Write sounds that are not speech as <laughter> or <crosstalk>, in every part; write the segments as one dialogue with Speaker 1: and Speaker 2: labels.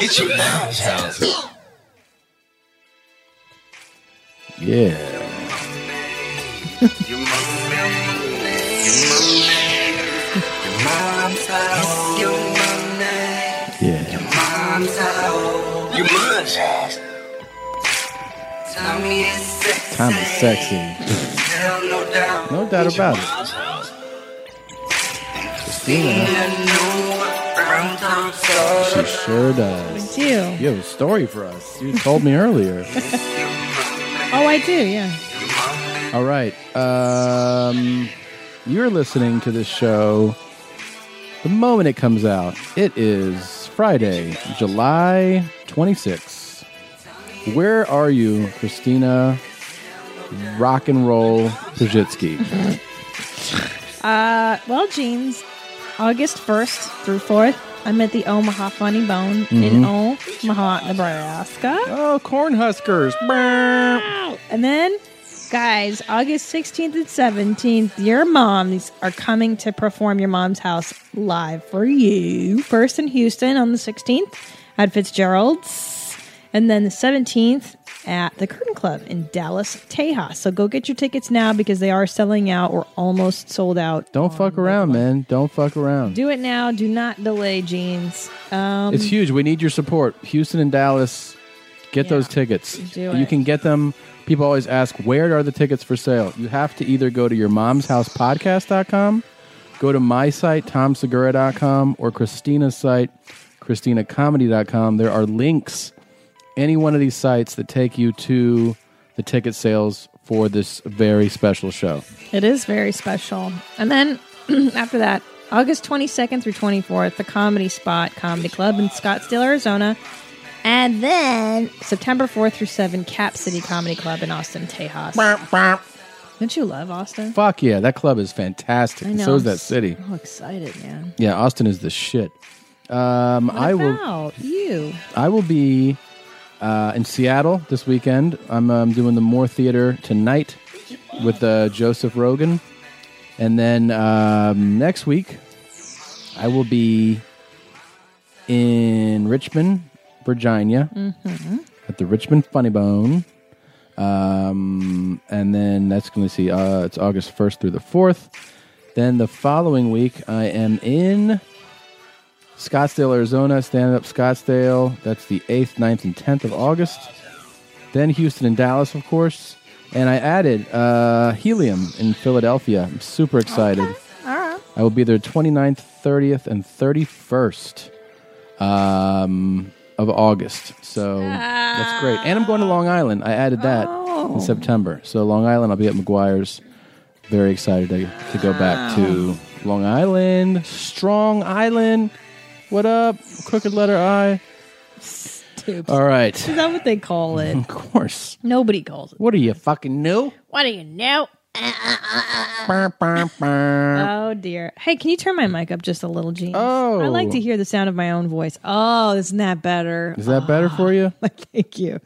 Speaker 1: Get your sounds.
Speaker 2: Yeah. Yeah. Time is sexy. No doubt about it. Christina, she sure does.
Speaker 3: do.
Speaker 2: You have a story for us. You told me earlier.
Speaker 3: Oh, I do. Yeah.
Speaker 2: All right. Um, you're listening to this show the moment it comes out. It is Friday, July 26th. Where are you, Christina Rock and Roll Pajitsky?
Speaker 3: Uh, well, jeans. August first through fourth. I'm at the Omaha Funny Bone in Omaha, Nebraska.
Speaker 2: oh, Cornhuskers. Brr.
Speaker 3: Wow. And then, guys, August 16th and 17th, your moms are coming to perform your mom's house live for you. First in Houston on the 16th at Fitzgerald's, and then the 17th at the Curtain Club in Dallas, Tejas. So go get your tickets now because they are selling out or almost sold out.
Speaker 2: Don't fuck around, man. Don't fuck around.
Speaker 3: Oh, Do it now. Do not delay, jeans. Um,
Speaker 2: It's huge. We need your support. Houston and Dallas, get
Speaker 3: Yeah.
Speaker 2: those tickets.
Speaker 3: Do
Speaker 2: You
Speaker 3: it.
Speaker 2: can get them. People always ask, where are the tickets for sale? You have to either go to your mom's house podcast.com, go to my site, tomsegura.com, or Christina's site, christinacomedy.com. There are links, any one of these sites that take you to the ticket sales for this very special show.
Speaker 3: It is very special. And then <clears throat> after that, August 22nd through 24th, the Comedy Spot Comedy Club in Scottsdale, Arizona. And then September 4th through 7th, Cap City Comedy Club in Austin, Tejas. Don't you love Austin?
Speaker 2: Fuck yeah, that club is fantastic.
Speaker 3: I
Speaker 2: And
Speaker 3: know. Oh,
Speaker 2: so is
Speaker 3: I'm
Speaker 2: that city.
Speaker 3: So excited, man.
Speaker 2: Yeah, Austin is the shit. Um,
Speaker 3: What
Speaker 2: I will.
Speaker 3: about you?
Speaker 2: I will be uh, in Seattle this weekend. I'm um, doing the Moore Theater tonight with uh, Joseph Rogan. And then um, next week, I will be in Richmond, Virginia,
Speaker 3: Mm-hmm.
Speaker 2: at the Richmond Funny Bone. Um, and then that's going to see, uh, it's August 1st through the 4th. Then the following week, I am in Scottsdale, Arizona, Stand Up Scottsdale. That's the 8th, 9th, and 10th of August. Then Houston and Dallas, of course. And I added uh, Helium in Philadelphia. I'm super excited.
Speaker 3: All right.
Speaker 2: I will be there 29th, 30th, and 31st um, of August. So that's great. And I'm going to Long Island. I added that
Speaker 3: Oh.
Speaker 2: in September. So Long Island, I'll be at McGuire's. Very excited to, to go back to Long Island, Strong Island. What up? Crooked letter I.
Speaker 3: Tubes.
Speaker 2: All right.
Speaker 3: Is that what they call
Speaker 2: <laughs>
Speaker 3: it?
Speaker 2: Of course.
Speaker 3: Nobody calls it.
Speaker 2: What are you fucking new?
Speaker 3: What do you know?
Speaker 2: Bah, bah, bah.
Speaker 3: Oh dear. Hey, can you turn my mic up just a little, Gene?
Speaker 2: Oh.
Speaker 3: I like to hear the sound of my own voice. Oh, isn't that better? <laughs>
Speaker 2: Is that better for you?
Speaker 3: Thank you.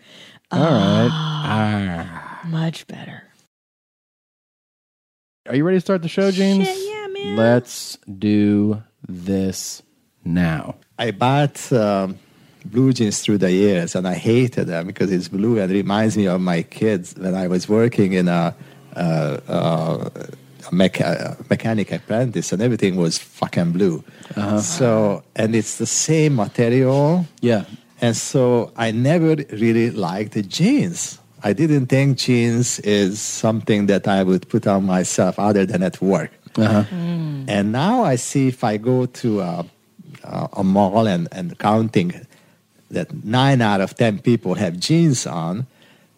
Speaker 2: All right. Ah.
Speaker 3: Much better.
Speaker 2: Are you ready to start the show, James?
Speaker 3: Shit, yeah, man.
Speaker 2: Let's do this now.
Speaker 4: I bought um, blue jeans through the years, and I hated them because it's blue and reminds me of my kids when I was working in a, a, a, a mech- a mechanic apprentice, and everything was fucking blue. So, and it's the same material.
Speaker 2: Yeah.
Speaker 4: And so I never really liked the jeans. I didn't think jeans is something that I would put on myself other than at work. And now I see if I go to a, a, a mall and, and counting that nine out of 10 people have jeans on,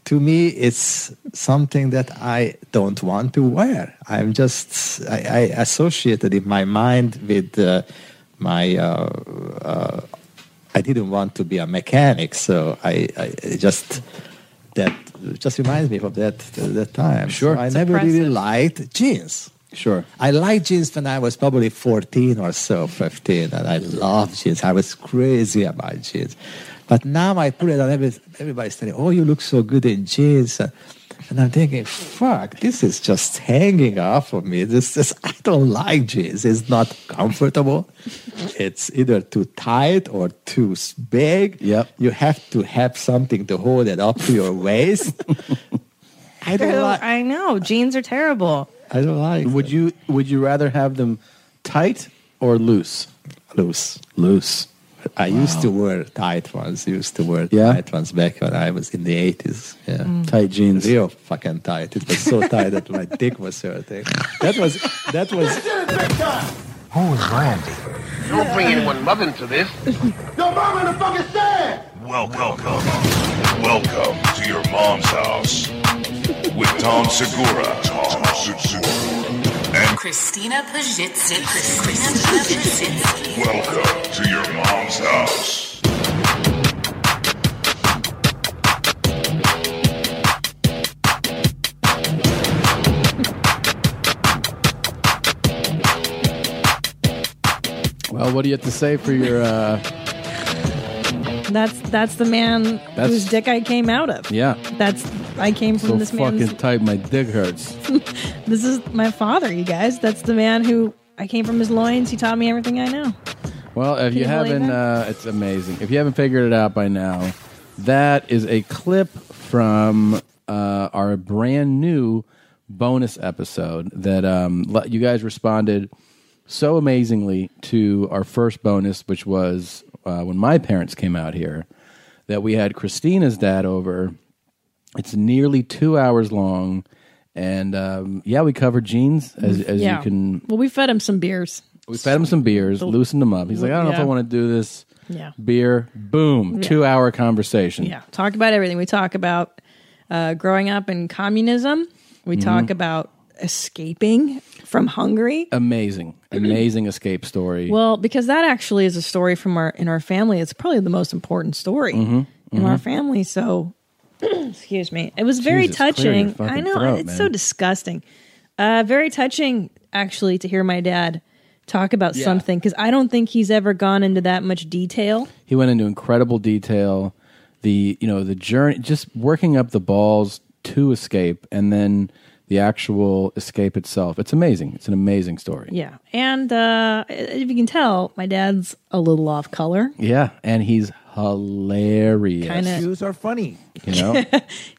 Speaker 4: to me, it's something that I don't want to wear. I'm just, I, I associated in my mind with uh, my uh, I didn't want to be a mechanic, so I, I I just that just reminds me of that that time.
Speaker 2: Sure.
Speaker 4: So I
Speaker 2: It's
Speaker 4: never
Speaker 3: impressive.
Speaker 4: really liked jeans.
Speaker 2: Sure.
Speaker 4: I liked jeans when I was probably fourteen or so, fifteen, and I loved jeans. I was crazy about jeans, but now I put it on every, everybody's telling, "Oh, you look so good in jeans," and, And I'm thinking, fuck, this is just hanging off of me. This is, I don't like jeans. It's not comfortable. it's either too tight or too s- big.
Speaker 2: Yep.
Speaker 4: You have to have something to hold it up to
Speaker 2: <laughs>
Speaker 4: your waist. I don't like.
Speaker 5: I know jeans are terrible.
Speaker 4: I don't like.
Speaker 2: Would
Speaker 4: it.
Speaker 2: you would you rather have them tight or loose?
Speaker 4: loose?
Speaker 2: Loose.
Speaker 4: I used to wear tight ones. Used to wear
Speaker 2: Yeah?
Speaker 4: tight ones back when I was in the eighties. Yeah.
Speaker 2: Tight jeans.
Speaker 4: Real fucking tight. It was so tight that my dick was hurting. That was that was
Speaker 6: Don't bring anyone loving to this.
Speaker 7: Welcome. Welcome to your mom's house with Tom Segura. Tom Segura. And
Speaker 8: Christina Pajitsky. Christina Pajitsky.
Speaker 7: welcome to your mom's house.
Speaker 2: Well, what do you have to say for your uh
Speaker 3: That's that's the man whose dick I came out of.
Speaker 2: yeah.
Speaker 3: That's I came from
Speaker 2: So
Speaker 3: this man's.
Speaker 2: fucking tight my dick hurts.
Speaker 3: This is my father, you guys. That's the man who I came from his loins. He taught me everything I know.
Speaker 2: Well, if you,
Speaker 3: you believe
Speaker 2: haven't
Speaker 3: it?
Speaker 2: uh it's amazing. If you haven't figured it out by now, that is a clip from uh our brand new bonus episode that um le- you guys responded so amazingly to our first bonus, which was uh, when my parents came out here, that we had Christina's dad over. It's nearly two hours long, and um, yeah, we covered jeans as, as you can.
Speaker 3: Well, we fed him some beers.
Speaker 2: We fed him some beers, loosened him up. He's like, I don't know if
Speaker 3: Yeah.
Speaker 2: I want to do this.
Speaker 3: Yeah.
Speaker 2: Beer, boom, two hour conversation.
Speaker 3: Yeah. Talk about everything. We talk about uh, growing up in communism. We
Speaker 2: Mm-hmm.
Speaker 3: talk about escaping from Hungary.
Speaker 2: Amazing, amazing escape story.
Speaker 3: Well, because that actually is a story from our in our family. It's probably the most important story
Speaker 2: Mm-hmm.
Speaker 3: in our family. So, <clears throat> excuse me. It was very
Speaker 2: Jesus, clear your
Speaker 3: touching.
Speaker 2: fucking
Speaker 3: I know
Speaker 2: throat,
Speaker 3: it's
Speaker 2: man.
Speaker 3: so disgusting. Uh, very touching, actually, to hear my dad talk about
Speaker 2: Yeah.
Speaker 3: something because I don't think he's ever gone into that much detail.
Speaker 2: he went into incredible detail the you know the journey just working up the balls to escape and then the actual escape itself it's amazing it's an amazing story
Speaker 3: Yeah, and uh, if you can tell, my dad's a little off color.
Speaker 2: Yeah, and he's hilarious
Speaker 3: Kind of,
Speaker 4: shoes are funny.
Speaker 2: you
Speaker 3: <laughs>
Speaker 2: know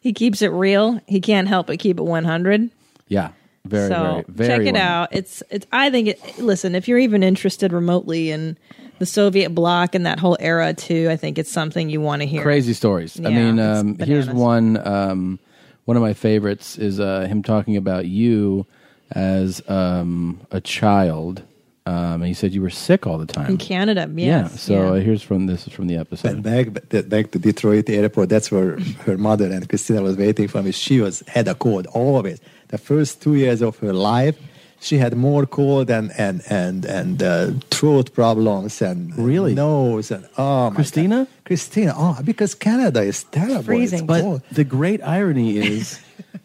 Speaker 3: he keeps it real. He can't help but keep it one hundred.
Speaker 2: yeah very
Speaker 3: so
Speaker 2: very very
Speaker 3: check it
Speaker 2: well-
Speaker 3: out. It's it's. I think. It, listen, if you're even interested remotely in the Soviet bloc and that whole era too, I think it's something you want to hear.
Speaker 2: crazy stories. I
Speaker 3: Yeah,
Speaker 2: mean,
Speaker 3: it's
Speaker 2: um, here's
Speaker 3: bananas.
Speaker 2: one. Um, one of my favorites is uh, him talking about you as um, a child. Um, and he said you were sick all the time.
Speaker 3: in Canada.
Speaker 2: yeah.
Speaker 3: Yes,
Speaker 2: So uh
Speaker 3: yeah.
Speaker 2: here's from this is from the
Speaker 4: But
Speaker 2: episode.
Speaker 4: back but back to Detroit airport. That's where her mother and Christina was waiting for me. She was had a cold always. The first two years of her life, she had more cold and and and and uh, throat problems and
Speaker 2: Really?
Speaker 4: nose and oh my
Speaker 2: Christina?
Speaker 4: God. Christina oh because Canada is terrible. It's
Speaker 5: freezing.
Speaker 4: cold.
Speaker 2: But the great irony is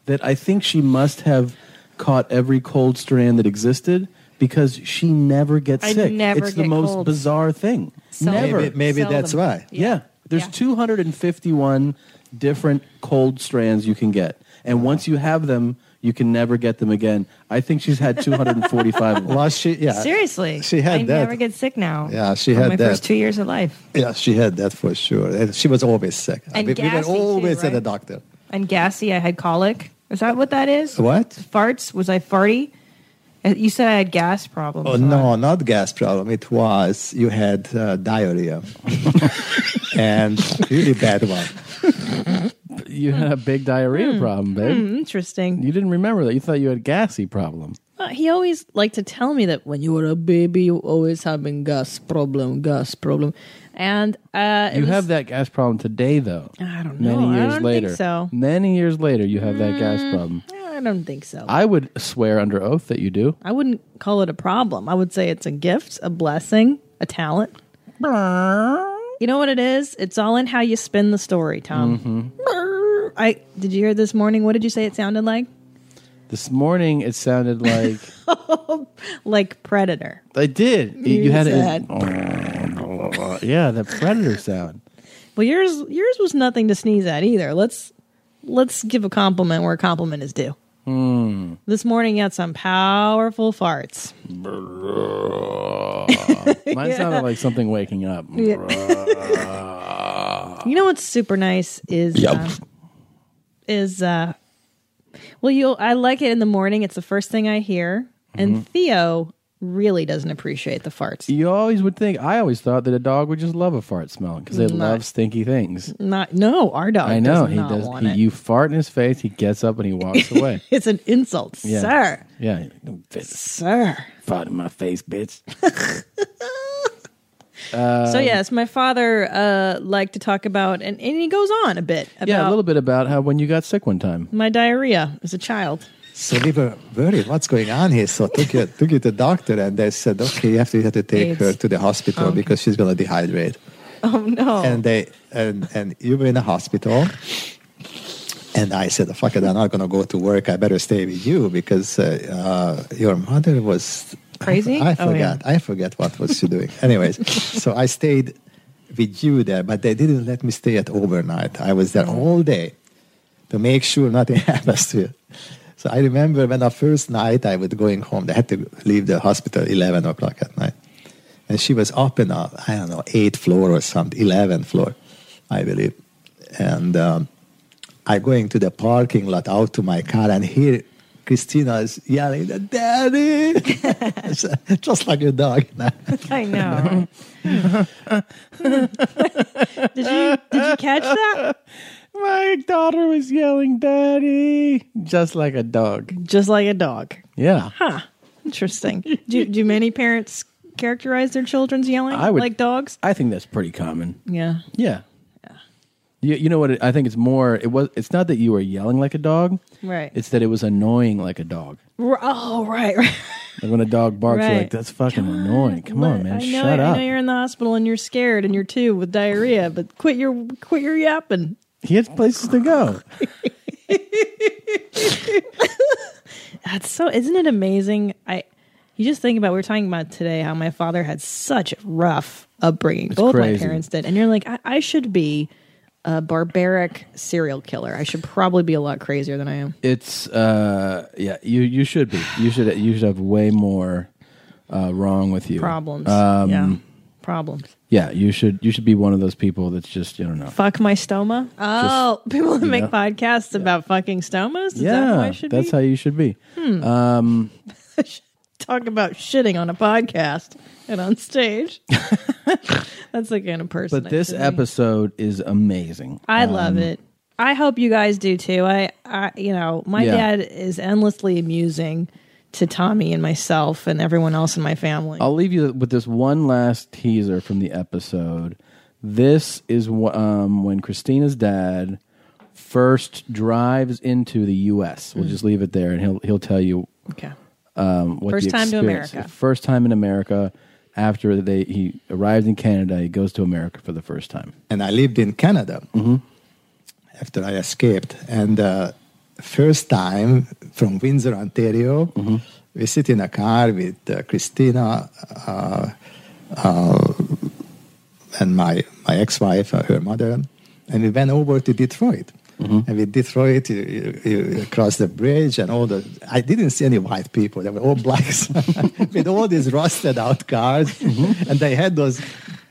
Speaker 2: that I think she must have caught every cold strand that existed because she never gets
Speaker 5: I
Speaker 2: sick.
Speaker 5: never
Speaker 2: it's the
Speaker 5: get
Speaker 2: most
Speaker 5: colds.
Speaker 2: bizarre thing.
Speaker 5: So-
Speaker 2: never.
Speaker 4: maybe maybe
Speaker 5: Seldom.
Speaker 4: that's why.
Speaker 2: Yeah. There's
Speaker 5: Yeah.
Speaker 2: 251 different cold strands you can get. And once you have them, you can never get them again. I think she's had 245 of them.
Speaker 4: Well, she yeah
Speaker 5: Seriously,
Speaker 4: She had
Speaker 5: I
Speaker 4: that.
Speaker 5: never get sick now.
Speaker 4: Yeah, she
Speaker 5: From
Speaker 4: had
Speaker 5: my
Speaker 4: that.
Speaker 5: first two years of life.
Speaker 4: yeah she had that for sure. And she was always sick.
Speaker 5: And
Speaker 4: we, we were
Speaker 5: gassy too,
Speaker 4: always at the
Speaker 5: right?
Speaker 4: doctor.
Speaker 5: I'm gassy. I had colic. Is that what that is?
Speaker 4: What?
Speaker 5: Farts? Was I farty? Uh, You said I had gas problems.
Speaker 4: Oh,
Speaker 5: so
Speaker 4: no, not gas problem. It was you had uh, diarrhea and really bad one.
Speaker 2: <laughs> You had a big diarrhea
Speaker 3: Hmm.
Speaker 2: problem, babe.
Speaker 3: interesting.
Speaker 2: You didn't remember that. You thought you had a gassy problem.
Speaker 3: Uh, he always liked to tell me that when you were a baby, you always having gas problem, gas problem, and uh, it
Speaker 2: You
Speaker 3: was-
Speaker 2: have that gas problem today, though. I
Speaker 3: don't
Speaker 2: Many
Speaker 3: know. I
Speaker 2: years
Speaker 3: don't
Speaker 2: later.
Speaker 3: think so. Hmm.
Speaker 2: Many years later, you have that gas problem.
Speaker 3: I don't think so.
Speaker 2: I would swear under oath that you do.
Speaker 3: I wouldn't call it a problem. I would say it's a gift, a blessing, a talent. You know what it is? It's all in how you spin the story, Tom.
Speaker 2: Mm-hmm.
Speaker 3: I did you hear this morning? What did you say it sounded like?
Speaker 2: This morning, it sounded
Speaker 3: <laughs>
Speaker 2: like
Speaker 3: Like Predator.
Speaker 2: I did. You, had
Speaker 3: said.
Speaker 2: it. <laughs> Yeah, the predator sound.
Speaker 3: Well, yours yours was nothing to sneeze at either. Let's let's give a compliment where a compliment is due.
Speaker 2: Hmm.
Speaker 3: This morning you had some powerful farts.
Speaker 2: Mine sounded like something waking up.
Speaker 3: You know what's super nice is uh, is uh well you will I like it in the morning. It's the first thing I hear.
Speaker 2: Mm-hmm.
Speaker 3: And Theo really doesn't appreciate the farts.
Speaker 2: You always would think. I always thought that a dog would just love a fart smell because they love stinky things.
Speaker 3: Not no, our dog.
Speaker 2: I know
Speaker 3: does
Speaker 2: he
Speaker 3: not
Speaker 2: does.
Speaker 3: want
Speaker 2: He,
Speaker 3: it.
Speaker 2: you fart in his face, he gets up and he
Speaker 3: <laughs>
Speaker 2: walks away.
Speaker 3: it's an insult,
Speaker 2: Yeah.
Speaker 3: sir.
Speaker 2: Yeah, Don't fit-
Speaker 3: Sir.
Speaker 2: fart in my face, bitch. Um,
Speaker 3: so yes, my father uh liked to talk about and, and he goes on a bit about
Speaker 2: Yeah, a little bit about how when you got sick one time.
Speaker 3: my diarrhea as a child. <laughs>
Speaker 4: So they were worried, what's going on here? So took you took you to the doctor, and they said, okay, you have to, you have to take her
Speaker 9: It's-
Speaker 4: to the hospital
Speaker 5: Oh.
Speaker 4: because she's gonna dehydrate.
Speaker 9: Oh no.
Speaker 3: <laughs>
Speaker 4: And they and and you were in the hospital. And I said, "Fuck it! I'm not gonna go to work. I better stay with you because uh, uh, your mother was
Speaker 9: Crazy?
Speaker 4: I
Speaker 9: Oh, yeah.
Speaker 4: forgot. I forget what was she doing.
Speaker 9: <laughs>
Speaker 4: Anyways, so I stayed with you there, but they didn't let me stay at overnight. I was there all day to make sure nothing <laughs> happens to you. So I remember when the first night I was going home, they had to leave the hospital 11 o'clock at night. And she was up in, a, I don't know, eighth floor or something, 11th floor, I believe. And um, I going to the parking lot out to my car and hear Christina is yelling, Daddy! <laughs> Just like a dog.
Speaker 9: I know.
Speaker 3: <laughs> Did you did you catch that?
Speaker 2: My daughter was yelling, "Daddy!" just like a dog.
Speaker 3: Just like a dog.
Speaker 2: Yeah,
Speaker 3: Huh. Interesting. <laughs> do do many parents characterize their children's yelling
Speaker 2: I would-
Speaker 3: like dogs?
Speaker 2: I think that's pretty common.
Speaker 3: Yeah.
Speaker 2: Yeah. You, you know what? It, I think it's more. It was. It's not that you were yelling like a dog.
Speaker 3: Right.
Speaker 2: It's that it was annoying like a dog.
Speaker 3: R- Oh, right, <laughs> right.
Speaker 2: Like when a dog barks, you're like,
Speaker 3: Right.
Speaker 2: "That's fucking annoying." Come on, man,
Speaker 3: I know,
Speaker 2: shut
Speaker 3: I
Speaker 2: up.
Speaker 3: know you're in the hospital and you're scared and you're too with diarrhea, but quit your quit your yapping.
Speaker 2: He has places to go.
Speaker 3: That's so isn't it amazing? I you just think about we were talking about today how my father had such rough upbringing. Both my
Speaker 2: crazy.
Speaker 3: parents did, and you're like, I, I should be a barbaric serial killer. I should probably be a lot crazier than I am.
Speaker 2: It's uh, yeah. You you should be. You should you should have way more uh, wrong with you.
Speaker 3: Problems,
Speaker 2: Um,
Speaker 3: yeah, problems.
Speaker 2: Yeah, you should you should be one of those people that's just I don't know.
Speaker 3: Fuck my stoma. Oh, people that make
Speaker 2: know.
Speaker 3: podcasts about fucking stomas. Is that who I
Speaker 2: yeah,
Speaker 3: should
Speaker 2: that's
Speaker 3: be?
Speaker 2: how you should be.
Speaker 3: talk about shitting on a podcast and on stage. <laughs> That's the kind of person.
Speaker 2: But
Speaker 3: I
Speaker 2: this
Speaker 3: should be.
Speaker 2: episode is amazing.
Speaker 3: I love it. I hope you guys do too. I, I you know, my
Speaker 2: Yeah.
Speaker 3: dad is endlessly amusing to Tommy and myself and everyone else in my family.
Speaker 2: I'll leave you with this one last teaser from the episode. This is wh- um, when Christina's dad first drives into the U.S.
Speaker 3: Mm.
Speaker 2: We'll just leave it there, and he'll he'll tell you
Speaker 3: okay.
Speaker 2: um, what
Speaker 3: First
Speaker 2: the
Speaker 3: time to
Speaker 2: experience-
Speaker 3: America.
Speaker 2: First time in America. After they he arrives in Canada, he goes to America for the first time.
Speaker 4: and I lived in Canada after I escaped. And uh, first time from Windsor, Ontario,
Speaker 9: Mm-hmm.
Speaker 4: we sit in a car with uh, Christina uh, uh, and my, my ex-wife, uh, her mother, and we went over to Detroit.
Speaker 9: Mm-hmm.
Speaker 4: And with Detroit, you, you, you cross the bridge and all the. I didn't see any white people. They were all blacks <laughs> with all these rusted out cars,
Speaker 9: Mm-hmm.
Speaker 4: and they had those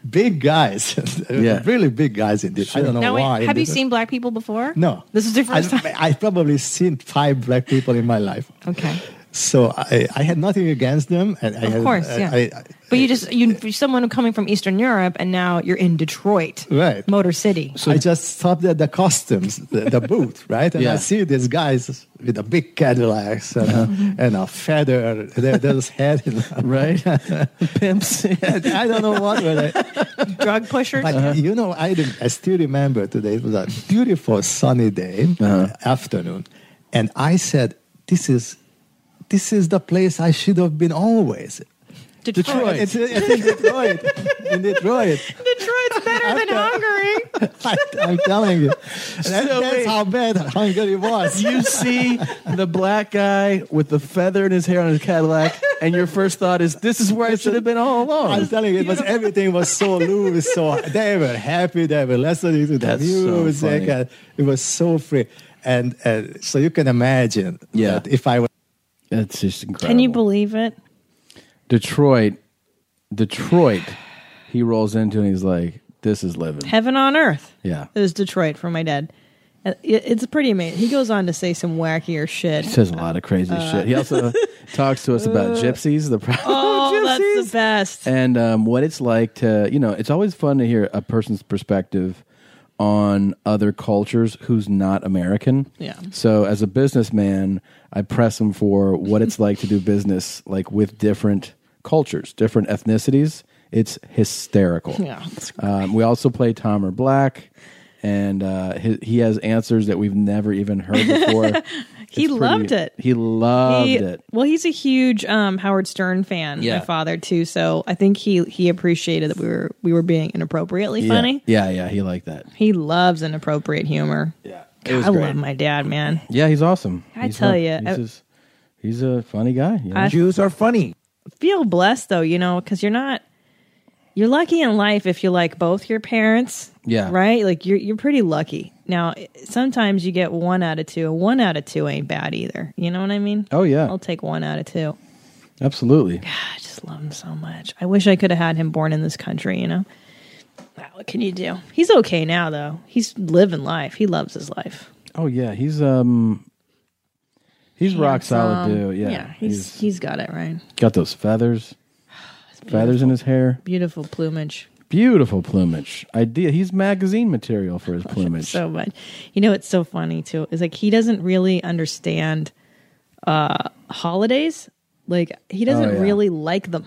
Speaker 4: big guys, <laughs>
Speaker 2: Yeah.
Speaker 4: really big guys in Detroit. I don't know
Speaker 9: Now, wait,
Speaker 4: why. in
Speaker 9: have you
Speaker 4: Detroit.
Speaker 9: seen black people before?
Speaker 4: No,
Speaker 9: This is your first
Speaker 4: I,
Speaker 9: time.
Speaker 4: I've probably seen five black people in my life.
Speaker 9: Okay.
Speaker 4: So I, I had nothing against them, and I
Speaker 9: Of
Speaker 4: had, uh,
Speaker 9: course,
Speaker 4: I-
Speaker 9: yeah.
Speaker 4: I- I-
Speaker 9: but you just you you're <laughs> someone coming from Eastern Europe and now you're in Detroit,
Speaker 4: Right.
Speaker 9: Motor City.
Speaker 4: I just stopped at the customs, the,
Speaker 9: <laughs>
Speaker 4: the booth, right? And I
Speaker 2: Yeah.
Speaker 4: see these guys with a big Cadillacs and a,
Speaker 9: Mm-hmm.
Speaker 4: and a feather, their, their head, in-
Speaker 2: <laughs> Right, <laughs> pimps.
Speaker 4: and I don't know what were they.
Speaker 9: Drug pushers.
Speaker 4: But
Speaker 2: Uh-huh.
Speaker 4: you know, I, rem- I still remember today. It was a beautiful sunny day,
Speaker 2: Uh-huh.
Speaker 4: afternoon, and I said, "This is, this is the place I should have been always."
Speaker 9: Detroit.
Speaker 2: Detroit.
Speaker 4: It's, it's in Detroit. in Detroit.
Speaker 9: Detroit's better than Hungary.
Speaker 4: I, am telling you. That- that's
Speaker 2: wait.
Speaker 4: how bad Hungary was.
Speaker 2: you see the black guy with the feather in his hair on his Cadillac, and your first thought is, "This is where I should have been all
Speaker 4: I'm
Speaker 2: along."
Speaker 4: telling you, it was everything was so loose. So they were happy. They were listening to the
Speaker 2: That's so
Speaker 4: music.
Speaker 2: funny.
Speaker 4: and it was so free. and uh, so you can imagine
Speaker 2: Yeah.
Speaker 4: that if I was
Speaker 2: That's just incredible.
Speaker 3: Can you believe it?
Speaker 2: Detroit? Detroit. He rolls into and he's like, "This is living."
Speaker 3: Heaven on earth.
Speaker 2: Yeah.
Speaker 3: It was Detroit for my dad. Uh, it- It's pretty amazing. He goes on to say some wackier shit.
Speaker 2: He says a lot of crazy shit. He also talks to us about gypsies, the problem
Speaker 3: Oh, that's
Speaker 2: gypsies,
Speaker 3: the best.
Speaker 2: and um, what it's like to you know. It's always fun to hear a person's perspective on other cultures who's not American.
Speaker 3: Yeah.
Speaker 2: So as a businessman, I press him for what it's like to do business like with different cultures, different ethnicities. It's hysterical.
Speaker 3: Yeah, it's
Speaker 2: Um, we also play Tom or Black, and uh, he, he has answers that we've never even heard before.
Speaker 3: <laughs> He
Speaker 2: It's
Speaker 3: loved it.
Speaker 2: He loved
Speaker 3: He-
Speaker 2: it.
Speaker 3: Well, he's a huge um, Howard Stern fan.
Speaker 2: Yeah.
Speaker 3: My father too. So I think he he appreciated that we were we were being inappropriately
Speaker 2: Yeah.
Speaker 3: funny.
Speaker 2: Yeah, yeah, he liked that.
Speaker 3: He loves inappropriate humor.
Speaker 2: Yeah,
Speaker 3: I love my dad, man.
Speaker 2: Yeah, he's awesome.
Speaker 3: I
Speaker 2: He's
Speaker 3: tell
Speaker 2: one-
Speaker 3: ya,
Speaker 2: he's,
Speaker 3: I-
Speaker 2: just- he's a funny guy. you know?
Speaker 3: I-
Speaker 4: Jews are funny.
Speaker 3: Feel blessed though, you know, because you're not you're lucky in life if you like both your parents.
Speaker 2: Yeah.
Speaker 3: Right. Like you're you're pretty lucky. Now sometimes you get one out of two, and one out of two ain't bad either. You know what I mean?
Speaker 2: Oh, yeah.
Speaker 3: I'll take one out of two.
Speaker 2: Absolutely.
Speaker 3: I just love him so much. I wish I could have had him born in this country, you know? Wow, what can you do? He's okay now, though. He's living life. He loves his life.
Speaker 2: Oh yeah, he's um, he's rock solid
Speaker 3: Handsome.
Speaker 2: dude. Yeah,
Speaker 3: he's, he's got it right.
Speaker 2: got those
Speaker 3: <sighs>
Speaker 2: feathers, feathers in his hair.
Speaker 3: Beautiful plumage.
Speaker 2: Beautiful plumage. Idea. He's magazine material
Speaker 3: <laughs>
Speaker 2: for his plumage.
Speaker 3: So much. You know, it's so funny, too. It's like he doesn't really understand uh holidays. Like, he doesn't
Speaker 2: Oh, yeah.
Speaker 3: really like them.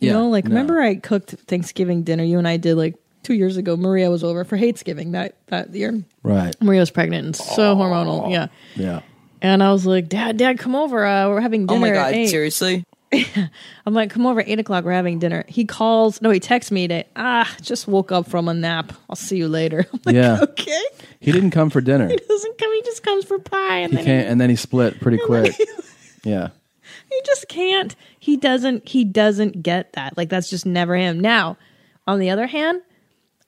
Speaker 3: You
Speaker 2: Yeah,
Speaker 3: know, like,
Speaker 2: no.
Speaker 3: remember I cooked Thanksgiving dinner? You and I did like two years ago. Maria was over for Hatesgiving that, that year.
Speaker 2: right.
Speaker 3: Maria was pregnant and so
Speaker 2: Oh.
Speaker 3: hormonal. Yeah.
Speaker 2: Yeah.
Speaker 3: And I was like, Dad, Dad, come over. Uh, we're having dinner.
Speaker 10: Oh my
Speaker 3: at
Speaker 10: god,
Speaker 3: eight.
Speaker 10: seriously?
Speaker 3: <laughs> I'm like, come over at eight o'clock. We're having dinner. He calls. No, he texts me today. Ah, just woke up from a nap. I'll see you later. <laughs> I'm like,
Speaker 2: Yeah.
Speaker 3: okay.
Speaker 2: He didn't come for
Speaker 3: <laughs>
Speaker 2: dinner.
Speaker 3: He doesn't come. He just comes for pie, and
Speaker 2: He
Speaker 3: then
Speaker 2: can't, and then he split
Speaker 3: <laughs>
Speaker 2: pretty quick. Yeah.
Speaker 3: he just can't. He doesn't. He doesn't get that. Like that's just never him. Now, on the other hand,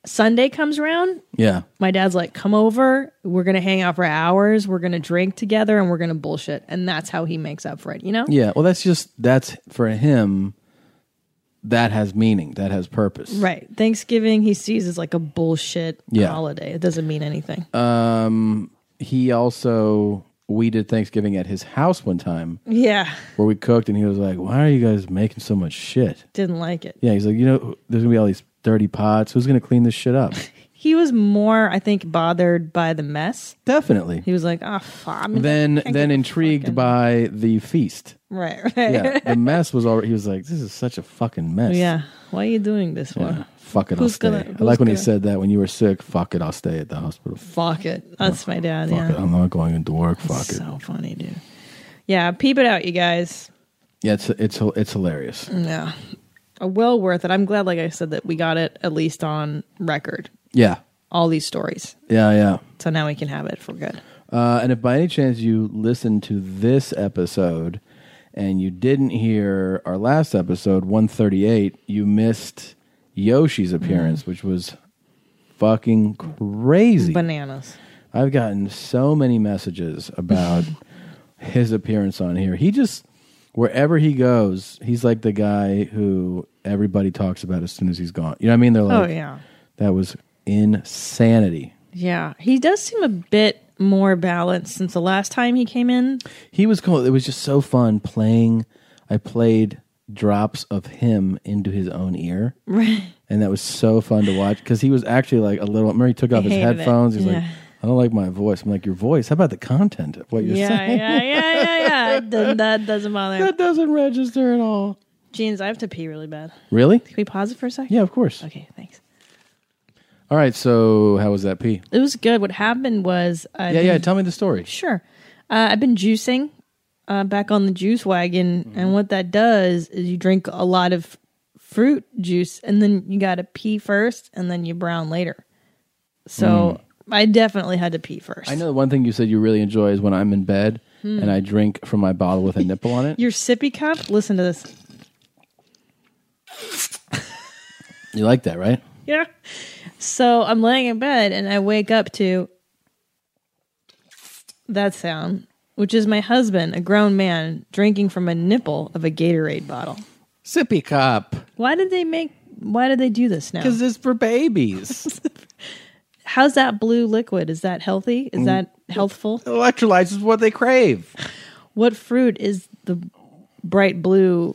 Speaker 3: Sunday comes around.
Speaker 2: Yeah.
Speaker 3: my dad's like, come over. We're going to hang out for hours. We're going to drink together and we're going to bullshit. And that's how he makes up for it, you know?
Speaker 2: Yeah. Well, that's just that's for him. That has meaning. That has purpose.
Speaker 3: Right. Thanksgiving, he sees as like a bullshit
Speaker 2: Yeah.
Speaker 3: holiday. It doesn't mean anything.
Speaker 2: He also we did Thanksgiving at his house one time
Speaker 3: yeah.
Speaker 2: where we cooked, and he was like, "Why are you guys making so much shit?"
Speaker 3: Didn't like it.
Speaker 2: Yeah. He's like, "You know, there's gonna be all these dirty pots. Who's gonna clean this shit
Speaker 3: <laughs>
Speaker 2: up?"
Speaker 3: He was more, I think, bothered by the mess.
Speaker 2: Definitely.
Speaker 3: He was like, oh, fuck. I mean,
Speaker 2: Then
Speaker 3: I can't
Speaker 2: then
Speaker 3: give a
Speaker 2: intrigued
Speaker 3: fucking-"
Speaker 2: by the feast.
Speaker 3: Right, <laughs> right.
Speaker 2: Yeah.
Speaker 3: Yeah.
Speaker 2: the mess was already. He was like, "This is such a fucking mess."
Speaker 3: Why are you doing this for?
Speaker 2: Yeah. Fuck it, I'll
Speaker 3: Who's
Speaker 2: stay.
Speaker 3: gonna-
Speaker 2: I like
Speaker 3: who's
Speaker 2: when he
Speaker 3: gonna-
Speaker 2: said that when you were sick. Fuck it, I'll stay at the hospital.
Speaker 3: Fuck it. That's my dad.
Speaker 2: Fuck
Speaker 3: yeah.
Speaker 2: it, I'm not going into work. Fuck it.
Speaker 3: So funny, dude. Yeah, peep it out, you guys.
Speaker 2: Yeah, it's it's it's hilarious.
Speaker 3: Yeah. Uh, Well worth it. I'm glad, like I said, that we got it at least on record,
Speaker 2: Yeah,
Speaker 3: all these stories.
Speaker 2: yeah, yeah.
Speaker 3: So now we can have it for good.
Speaker 2: Uh, and if by any chance you listen to this episode and you didn't hear our last episode 138, you missed Yoshi's appearance,
Speaker 3: Mm.
Speaker 2: which was fucking crazy.
Speaker 3: Bananas.
Speaker 2: I've gotten so many messages
Speaker 3: <laughs>
Speaker 2: about his appearance on here. He just wherever he goes, he's like the guy who everybody talks about as soon as he's gone. You know what I mean? They're like,
Speaker 3: oh, yeah.
Speaker 2: that was insanity."
Speaker 3: Yeah. He does seem a bit more balanced since the last time he came in.
Speaker 2: He was cool. It was just so fun playing. I played drops of him into his own ear.
Speaker 3: Right.
Speaker 2: And that was so fun to watch because he was actually like a little. Murray took off his
Speaker 3: hated it.
Speaker 2: headphones. He's like,
Speaker 3: Yeah.
Speaker 2: "I don't like my voice." I'm like, "Your voice? How about the content of what you're
Speaker 3: Yeah,
Speaker 2: saying?"
Speaker 3: yeah, yeah, yeah, yeah. Th- that doesn't bother me.
Speaker 2: <laughs> That doesn't register at all.
Speaker 3: Jeans, I have to pee really bad.
Speaker 2: Really?
Speaker 3: Can we pause it for a second?
Speaker 2: Yeah, of course.
Speaker 3: Okay, thanks.
Speaker 2: All right. So, how was that pee?
Speaker 3: It was good. What happened was I
Speaker 2: Yeah, yeah. Tell me the story.
Speaker 3: Sure. Uh, I've been juicing uh, back on the juice wagon.
Speaker 2: Mm-hmm.
Speaker 3: And what that does is you drink a lot of fruit juice and then you got to pee first and then you brown later. So I definitely had to pee first.
Speaker 2: Mm. I know one thing you said you really enjoy is when I'm in bed
Speaker 3: Hmm.
Speaker 2: and I drink from my bottle with a nipple on
Speaker 3: <laughs>
Speaker 2: it.
Speaker 3: Your sippy cup, listen to this.
Speaker 2: You like that, right?
Speaker 3: <laughs> Yeah. So I'm laying in bed and I wake up to that sound, which is my husband, a grown man, drinking from a nipple of a Gatorade bottle.
Speaker 2: Sippy cup.
Speaker 3: Why did they make? Why did they do this now?
Speaker 2: Because it's for babies.
Speaker 3: How's that blue liquid? Is that healthy?
Speaker 2: Mm.
Speaker 3: Is that healthful?
Speaker 2: Electrolytes is what they crave.
Speaker 3: What fruit is the bright blue?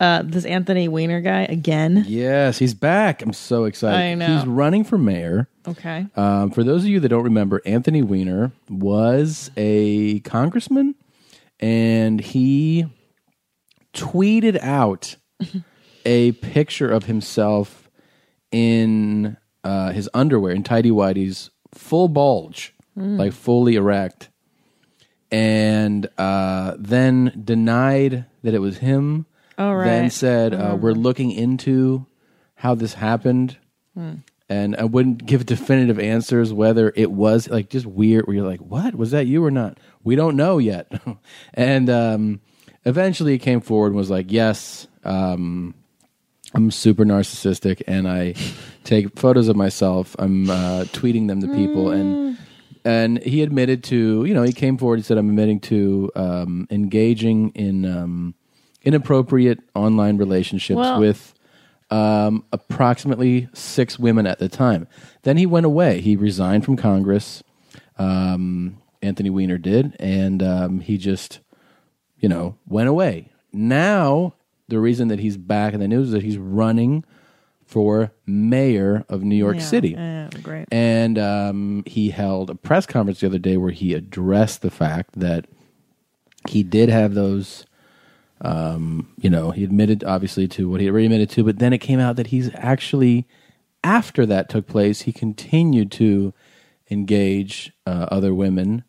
Speaker 3: uh, this Anthony Weiner guy again?
Speaker 2: yes, he's back. I'm so excited.
Speaker 3: I know.
Speaker 2: He's running for mayor.
Speaker 3: Okay,
Speaker 2: Um, for those of you that don't remember, Anthony Weiner was a congressman and he tweeted out a picture of himself in uh, his underwear, in Tidy Whitey's full bulge, like fully erect, and uh, then denied that it was him.
Speaker 3: Oh,
Speaker 2: Then
Speaker 3: right.
Speaker 2: said, uh, We're looking into how this happened and I wouldn't give definitive answers whether it was like just weird. Where you're like, "What was that you or not?" We don't know yet. <laughs> and um, eventually, he came forward and was like, "Yes, um, I'm super narcissistic, and I take photos of myself. I'm uh, tweeting them to people, and and he admitted to you know he came forward and said, "I'm admitting to um, engaging in um, inappropriate online relationships
Speaker 3: Well-
Speaker 2: with." um, approximately six women at the time. Then he went away. He resigned from Congress. Um, Anthony Weiner did, and um, he just, you know, went away. Now the reason that he's back in the news is that he's running for mayor of New York City.
Speaker 3: Yeah, great.
Speaker 2: And um, he held a press conference the other day where he addressed the fact that he did have those. Um, you know, he admitted obviously to what he already admitted to, but then it came out that he's actually, after that took place, he continued to engage uh, other women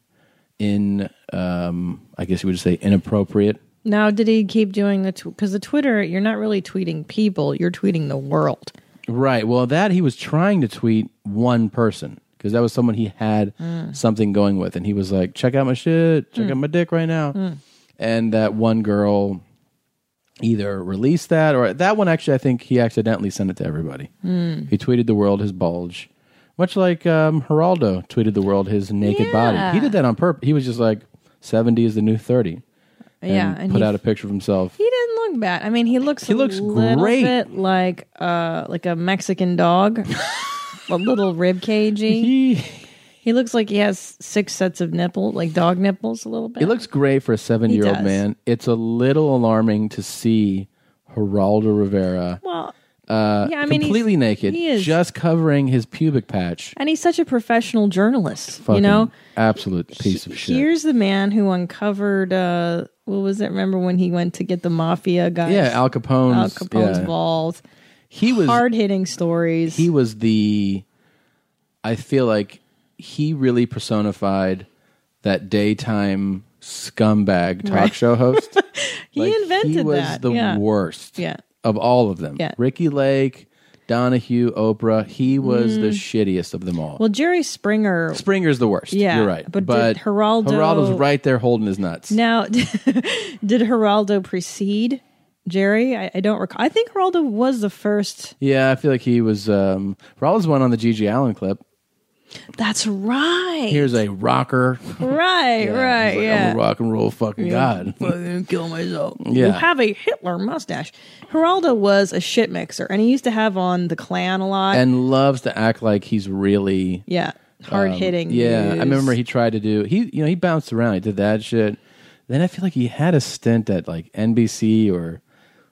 Speaker 2: in, um, I guess you would say, inappropriate.
Speaker 3: Now, did he keep doing the because the Twitter? You're not really tweeting people; you're tweeting the world.
Speaker 2: Right. Well, that he was trying to tweet one person because that was someone he had
Speaker 3: Mm.
Speaker 2: something going with, and he was like, "Check out my shit. Check out my dick right now."
Speaker 3: Mm.
Speaker 2: And that one girl either released that or that one actually, I think he accidentally sent it to everybody.
Speaker 3: Mm.
Speaker 2: He tweeted the world his bulge, much like um, Geraldo tweeted the world his naked
Speaker 3: Yeah.
Speaker 2: body. He did that on purpose. He was just like, "70 is the new 30."
Speaker 3: yeah,
Speaker 2: and,
Speaker 3: and
Speaker 2: put
Speaker 3: he,
Speaker 2: out a picture of himself.
Speaker 3: he didn't look bad. I mean, he looks
Speaker 2: He
Speaker 3: a
Speaker 2: looks
Speaker 3: little
Speaker 2: great.
Speaker 3: bit like uh like a
Speaker 2: <laughs>
Speaker 3: Mexican dog, a little rib cagey.
Speaker 2: He,
Speaker 3: He looks like he has six sets of nipple, like dog nipples, a little bit.
Speaker 2: It looks great for a seven year old
Speaker 3: does.
Speaker 2: man. It's a little alarming to see Geraldo Rivera
Speaker 3: well. Uh, yeah, I mean, he's-
Speaker 2: completely naked,
Speaker 3: He is,
Speaker 2: just covering his pubic patch.
Speaker 3: and he's such a professional journalist.
Speaker 2: Fucking
Speaker 3: you know,
Speaker 2: absolute piece of shit.
Speaker 3: here's the man who uncovered. uh What was it? Remember when he went to get the mafia guy?
Speaker 2: Yeah, Al
Speaker 3: Al
Speaker 2: Capone's.
Speaker 3: Capone's
Speaker 2: yeah.
Speaker 3: balls.
Speaker 2: He was
Speaker 3: Hard hitting stories.
Speaker 2: he was the. I feel like he really personified that daytime scumbag talk show host.
Speaker 3: <laughs> He
Speaker 2: Like,
Speaker 3: invented
Speaker 2: he was
Speaker 3: that.
Speaker 2: the
Speaker 3: yeah.
Speaker 2: worst
Speaker 3: Yeah.
Speaker 2: of all of them.
Speaker 3: Yeah.
Speaker 2: Ricky Lake, Donahue, Oprah. He was the shittiest of them all.
Speaker 3: Mm. Well, Jerry Springer.
Speaker 2: Springer's the worst.
Speaker 3: Yeah,
Speaker 2: you're right.
Speaker 3: but did Geraldo-
Speaker 2: Geraldo's right there holding his nuts.
Speaker 3: now, <laughs> did Geraldo precede Jerry? I, I don't recall. I think Geraldo was the first.
Speaker 2: Yeah, I feel like he was. Um, Geraldo's one on the Gigi Allen clip.
Speaker 3: That's right.
Speaker 2: Here's a rocker.
Speaker 3: right,
Speaker 2: <laughs>
Speaker 3: right,
Speaker 2: He's like,
Speaker 3: yeah.
Speaker 2: I'm a rock and roll fucking
Speaker 3: <laughs>
Speaker 2: god.
Speaker 3: fucking kill myself.
Speaker 2: Yeah.
Speaker 3: You have a Hitler mustache. Geraldo was a shit mixer, and he used to have on the Klan a lot.
Speaker 2: and loves to act like he's really
Speaker 3: yeah, hard hitting.
Speaker 2: Um, Yeah,
Speaker 3: news.
Speaker 2: I remember he tried to do he you know he bounced around. He did that shit. Then I feel like he had a stint at like NBC or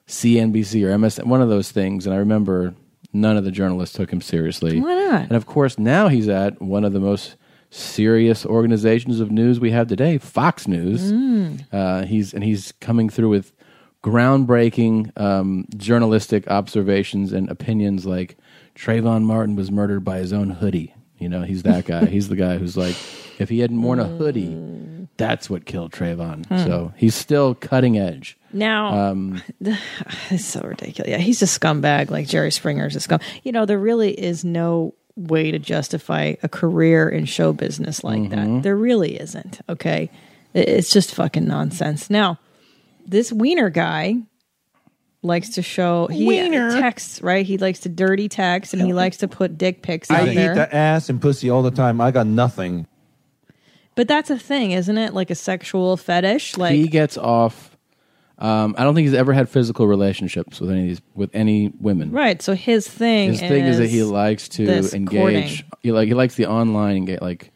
Speaker 2: CNBC or MS one of those things. And I remember none of the journalists took him seriously.
Speaker 3: Why not?
Speaker 2: And of course now he's at one of the most serious organizations of news we have today, Fox News.
Speaker 3: Mm.
Speaker 2: Uh, he's and he's coming through with groundbreaking um, journalistic observations and opinions like Trayvon Martin was murdered by his own hoodie. You know, he's that guy. he's the guy who's like, if he hadn't worn a hoodie, that's what killed Trayvon. So he's still cutting edge.
Speaker 3: Now,
Speaker 2: Um,
Speaker 3: <sighs> it's so ridiculous. Yeah, he's a scumbag. Like Jerry Springer's a scum. You know, there really is no way to justify a career in show business like
Speaker 2: Mm-hmm.
Speaker 3: that. There really isn't. Okay, I- it's just fucking nonsense. Now, this wiener guy likes to show he texts right. He likes to dirty text and he likes to put dick pics out
Speaker 4: I eat
Speaker 3: there.
Speaker 4: the ass and pussy all the time. I got nothing.
Speaker 3: But that's a thing, isn't it? Like a sexual fetish. Like
Speaker 2: he gets off. Um, I don't think he's ever had physical relationships with any of these with any women.
Speaker 3: right. So his thing.
Speaker 2: His thing is that he likes to
Speaker 3: this
Speaker 2: engage. He like he likes the online engage, like,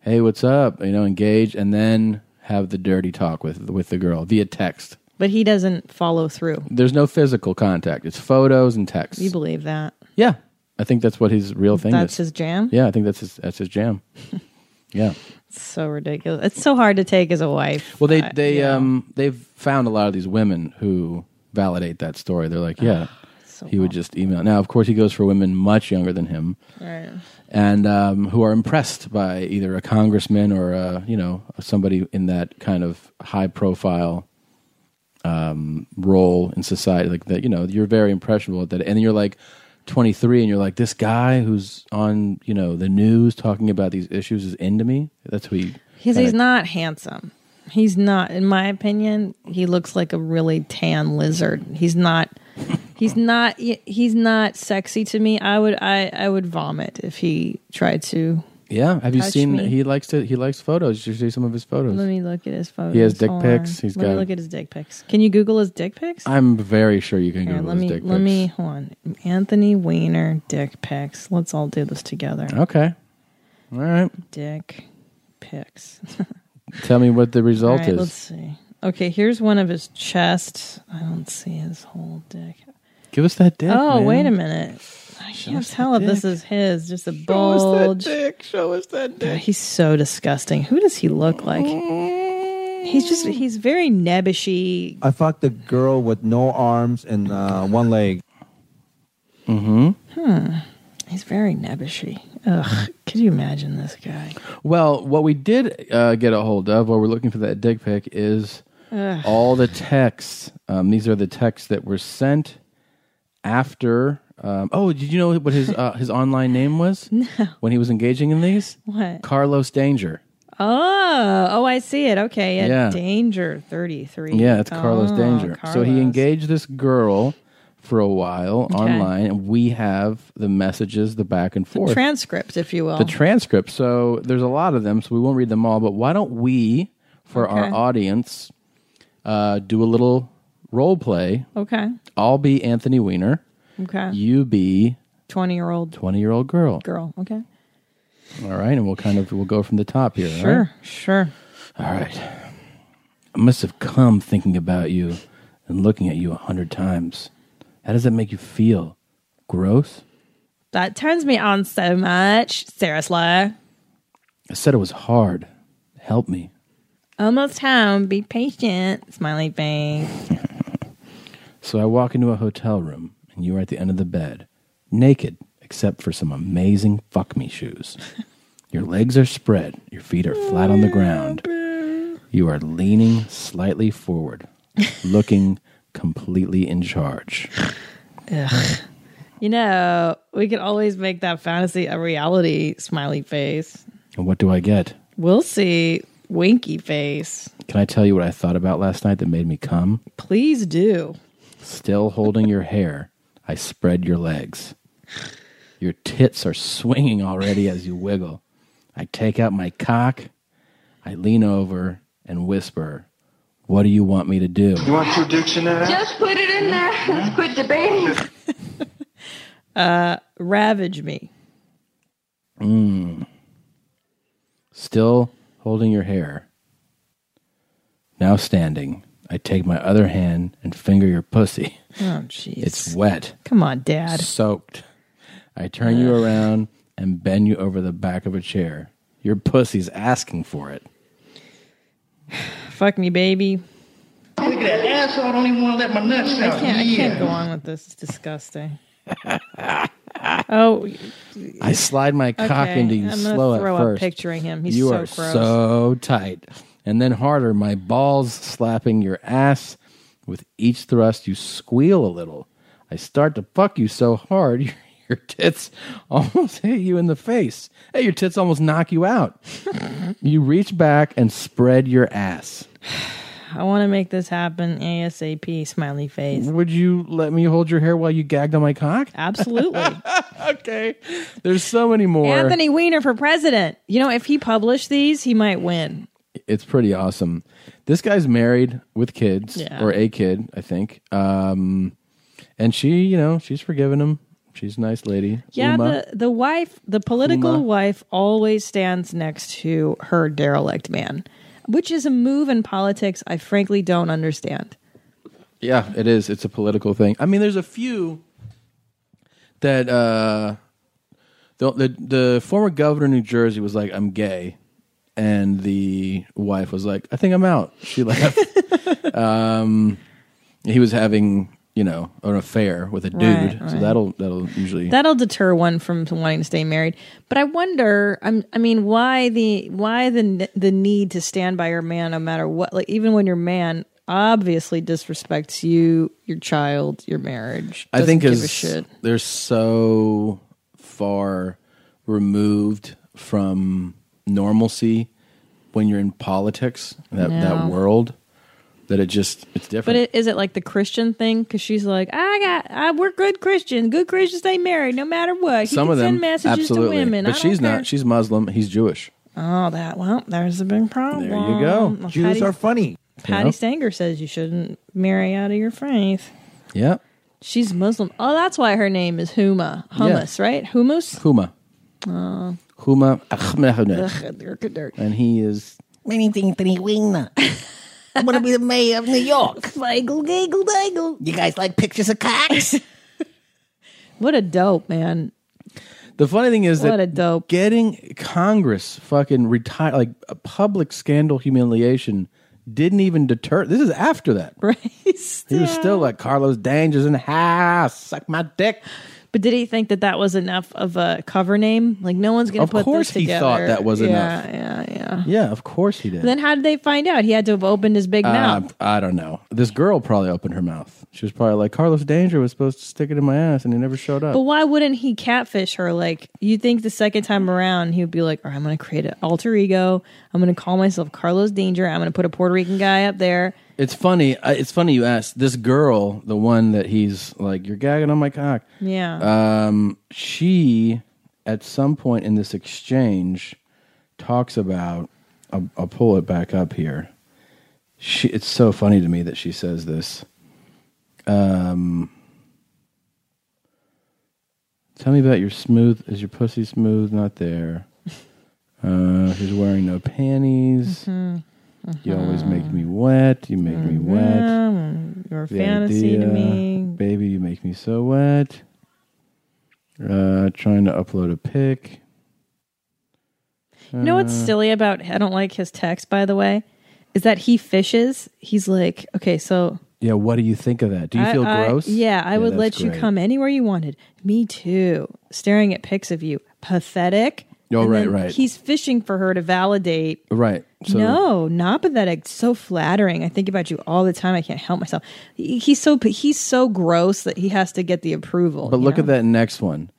Speaker 2: hey, what's up? You know, engage and then have the dirty talk with with the girl via text.
Speaker 3: but he doesn't follow through.
Speaker 2: There's no physical contact. It's photos and texts.
Speaker 3: You believe that?
Speaker 2: yeah, I think that's what his real thing
Speaker 3: That's
Speaker 2: is.
Speaker 3: his jam.
Speaker 2: yeah, I think that's his that's his
Speaker 3: <laughs>
Speaker 2: jam. yeah.
Speaker 3: so ridiculous. It's so hard to take as a wife.
Speaker 2: Well, they
Speaker 3: Uh,
Speaker 2: they
Speaker 3: yeah.
Speaker 2: um they've found a lot of these women who validate that story. They're like,
Speaker 3: <sighs>
Speaker 2: yeah, he would just email. Now, of course, he goes for women much younger than him,
Speaker 3: Right.
Speaker 2: and um, who are impressed by either a congressman or a, you know somebody in that kind of high profile um, role in society. Like that, you know, you're very impressionable at that, and then you're like. 23 and you're like this guy who's on you know the news talking about these issues is into me that's who he
Speaker 3: Because
Speaker 2: kinda-
Speaker 3: he's not handsome. He's not, in my opinion, he looks like a really tan lizard. He's not. He's not. He's not sexy to me. I would. I. I would vomit if he tried to.
Speaker 2: Yeah, have you
Speaker 3: Touch
Speaker 2: seen?
Speaker 3: me.
Speaker 2: He likes to. He likes photos. You should see some of his
Speaker 3: Let
Speaker 2: photos.
Speaker 3: me look at his photos.
Speaker 2: He has dick
Speaker 3: Hold
Speaker 2: pics.
Speaker 3: On.
Speaker 2: He's
Speaker 3: let
Speaker 2: got-
Speaker 3: me look at his dick pics. Can you Google his dick pics?
Speaker 2: I'm very sure you can
Speaker 3: Here,
Speaker 2: Google
Speaker 3: let
Speaker 2: his
Speaker 3: me.
Speaker 2: dick
Speaker 3: Let
Speaker 2: pics.
Speaker 3: me. Hold on. Anthony Weiner dick pics. Let's all do this together.
Speaker 2: Okay. All right.
Speaker 3: Dick pics.
Speaker 2: Tell me what the result
Speaker 3: All right, Let's
Speaker 2: is.
Speaker 3: see. Okay, here's one of his chest. I don't see his whole dick.
Speaker 2: Give us that dick.
Speaker 3: oh,
Speaker 2: man.
Speaker 3: wait a minute. I can't tell if this is his. Just a bulge. Show us that dick. Show us that dick. he's so disgusting. Who does he look like? He's
Speaker 2: Mm.
Speaker 3: just, he's very nebbishy.
Speaker 4: I fucked a girl with no arms and uh, one leg.
Speaker 3: He's very nebbishy. Ugh, could you imagine this guy?
Speaker 2: Well, what we did uh, get a hold of while we're looking for that dick pic is all the texts. Um, these are the texts that were sent after. Um, oh, did you know what his uh, his online name
Speaker 3: <laughs>
Speaker 2: was? No. When he was engaging in these,
Speaker 3: What?
Speaker 2: Carlos Danger.
Speaker 3: Oh, oh, I see it. Okay, yeah.
Speaker 2: Yeah.
Speaker 3: Danger 33.
Speaker 2: Yeah, it's Carlos
Speaker 3: Oh,
Speaker 2: Danger. So he
Speaker 3: Carlos.
Speaker 2: engaged this girl for a while online, and we have the messages, the back and forth,
Speaker 3: Transcript, if you will.
Speaker 2: the transcript. So there's a lot of them, so we won't read them all. But why don't we, for our
Speaker 3: Okay.
Speaker 2: audience, uh, do a little role play?
Speaker 3: okay,
Speaker 2: I'll be Anthony Weiner.
Speaker 3: okay.
Speaker 2: You be
Speaker 3: 20 year old
Speaker 2: twenty year old girl.
Speaker 3: girl. Okay.
Speaker 2: All right, and we'll kind of we'll go from the top here. all right?
Speaker 3: Sure, sure.
Speaker 2: All right. I must have come thinking about you and looking at you a hundred times. How does that make you feel? Gross?
Speaker 3: That turns me on so much. Seriously.
Speaker 2: I said it was hard. Help me.
Speaker 3: Almost home. Be patient. Smiley face.
Speaker 2: So I walk into a hotel room, and you are at the end of the bed, naked, except for some amazing fuck me shoes. Your legs are spread, your feet are flat on the ground. You are leaning slightly forward, looking completely in charge.
Speaker 3: You know, we could always make that fantasy a reality. Smiley face.
Speaker 2: And what do I get?
Speaker 3: We'll see. Winky face.
Speaker 2: Can I tell you what I thought about last night that made me come?
Speaker 3: Please do.
Speaker 2: Still holding your hair, I spread your legs. Your tits are swinging already as you wiggle. I take out my cock. I lean over and whisper, What do you want me to do?
Speaker 11: You want your dictionary?
Speaker 12: Just put it in there. Let's quit debating.
Speaker 3: Uh, ravage me.
Speaker 2: Mm. Still holding your hair. Now standing, I take my other hand and finger your pussy.
Speaker 3: Oh, jeez.
Speaker 2: It's wet,
Speaker 3: Come on, Dad.
Speaker 2: soaked. I turn you around and bend you over the back of a chair. Your pussy's asking for it.
Speaker 3: Fuck me, baby.
Speaker 11: Look at that asshole. I don't even want to let my nuts
Speaker 3: I
Speaker 11: out.
Speaker 3: can't. I can't go on with this. It's disgusting. <laughs> oh,
Speaker 2: I slide my cock
Speaker 3: Okay,
Speaker 2: into you
Speaker 3: I'm gonna
Speaker 2: slow at
Speaker 3: throw up
Speaker 2: first.
Speaker 3: picturing him. He's
Speaker 2: you
Speaker 3: so
Speaker 2: are
Speaker 3: gross.
Speaker 2: so tight, and then harder. My balls slapping your ass. With each thrust, you squeal a little. I start to fuck you so hard, <laughs> your, your tits almost hit you in the face. Hey, your tits almost knock you
Speaker 3: <laughs>
Speaker 2: out. you reach back and spread your ass.
Speaker 3: I want to make this happen ASAP. Smiley face.
Speaker 2: Would you let me hold your hair while you gagged on my cock? <laughs>
Speaker 3: Absolutely.
Speaker 2: okay. There's so many more.
Speaker 3: Anthony Weiner for president. You know, if he published these, he might win.
Speaker 2: it's pretty awesome. This guy's married with kids
Speaker 3: Yeah.
Speaker 2: or a kid, I think. Um, and she, you know, she's forgiven him. She's a nice lady.
Speaker 3: Yeah,
Speaker 2: Uma.
Speaker 3: the the wife, the political
Speaker 2: Uma.
Speaker 3: wife, always stands next to her derelict man, which is a move in politics I frankly don't understand.
Speaker 2: yeah, it is. It's a political thing. I mean, there's a few that uh, the, the the former governor of New Jersey was like, "I'm gay," and the wife was like, "I think I'm out." She <laughs> left. um, he was having you know an affair with a dude,
Speaker 3: Right,
Speaker 2: so
Speaker 3: right.
Speaker 2: that'll that'll usually
Speaker 3: That'll deter one from wanting to stay married. But I wonder, I'm, I mean, why the why the the need to stand by your man no matter what? Like even when your man obviously disrespects you, your child, your marriage.
Speaker 2: I think
Speaker 3: doesn't
Speaker 2: is
Speaker 3: give a shit.
Speaker 2: they're so far removed from normalcy when you're in politics that
Speaker 3: No.
Speaker 2: that world that it just it's
Speaker 3: But
Speaker 2: different.
Speaker 3: it, is it like the Christian thing? Because she's like, I got, I, we're good Christians. Good Christians stay married no matter what. He
Speaker 2: Some
Speaker 3: can
Speaker 2: of them
Speaker 3: send messages
Speaker 2: absolutely,
Speaker 3: to women.
Speaker 2: but
Speaker 3: I don't
Speaker 2: she's
Speaker 3: care.
Speaker 2: not. She's Muslim. He's Jewish.
Speaker 3: Oh, that. Well, there's a big problem.
Speaker 2: There you go.
Speaker 3: Well,
Speaker 2: Jews are funny.
Speaker 3: Patty
Speaker 2: You know?
Speaker 3: Stanger says you shouldn't marry out of your faith.
Speaker 2: Yeah,
Speaker 3: She's Muslim. Oh, that's why her name is Huma. Hummus, right? Hummus? <laughs>
Speaker 2: Huma.
Speaker 3: Oh.
Speaker 2: Huma Ahmed.
Speaker 3: Ugh, dirk, dirk.
Speaker 2: and he is
Speaker 7: Many things that he winged. I'm gonna be the mayor of New York.
Speaker 3: Faggle, gaggle, dangle.
Speaker 7: You guys like pictures of cocks?
Speaker 3: What a dope, man. <laughs>
Speaker 2: The funny thing is
Speaker 3: What
Speaker 2: that
Speaker 3: a dope.
Speaker 2: getting Congress fucking retire like a public scandal humiliation didn't even deter. This is after that.
Speaker 3: Right.
Speaker 2: He was still like Carlos Danger's in the house. Suck my dick.
Speaker 3: But did he think that that was enough of a cover name? Like no one's going
Speaker 2: Of
Speaker 3: to put
Speaker 2: course
Speaker 3: this
Speaker 2: he
Speaker 3: together.
Speaker 2: thought that was
Speaker 3: yeah,
Speaker 2: enough.
Speaker 3: Yeah, yeah,
Speaker 2: Yeah, of course he did.
Speaker 3: Then how did they find out? He had to have opened his big
Speaker 2: Uh,
Speaker 3: mouth.
Speaker 2: I don't know. This girl probably opened her mouth. She was probably like, Carlos Danger was supposed to stick it in my ass and he never showed up.
Speaker 3: But why wouldn't he catfish her? Like you think the second time around he would be like, "All right, I'm going to create an alter ego. I'm going to call myself Carlos Danger. I'm going to put a Puerto Rican guy up there."
Speaker 2: It's funny. I- It's funny you asked. This girl, the one that he's like, you're gagging on my cock.
Speaker 3: Yeah.
Speaker 2: Um, she, at some point in this exchange, talks about. I'll, I'll pull it back up here. She. It's so funny to me that she says this. Um. Tell me about your smooth. Is your pussy smooth? Not there. Uh, he's wearing no panties.
Speaker 3: Mhm.
Speaker 2: You always make me wet. You make me wet.
Speaker 3: Um, You're a
Speaker 2: The
Speaker 3: fantasy
Speaker 2: idea,
Speaker 3: to me.
Speaker 2: Baby, you make me so wet. Uh, trying to upload a pic.
Speaker 3: You know what's
Speaker 2: Uh,
Speaker 3: silly about I don't like his text by the way is that he fishes. He's like, "Okay, so
Speaker 2: Yeah, what do you think of that? Do you
Speaker 3: I-
Speaker 2: feel
Speaker 3: I-
Speaker 2: gross?
Speaker 3: Yeah, I would let
Speaker 2: that's
Speaker 3: you
Speaker 2: great.
Speaker 3: come anywhere you wanted. Me too. Staring at pics of you. Pathetic.
Speaker 2: Oh,
Speaker 3: And
Speaker 2: right,
Speaker 3: then
Speaker 2: right.
Speaker 3: He's fishing for her to validate.
Speaker 2: Right. So
Speaker 3: no, not pathetic. It's so flattering. I think about you all the time. I can't help myself. He- He's so he's so gross that he has to get the approval.
Speaker 2: But
Speaker 3: you
Speaker 2: look
Speaker 3: know?
Speaker 2: at that next one.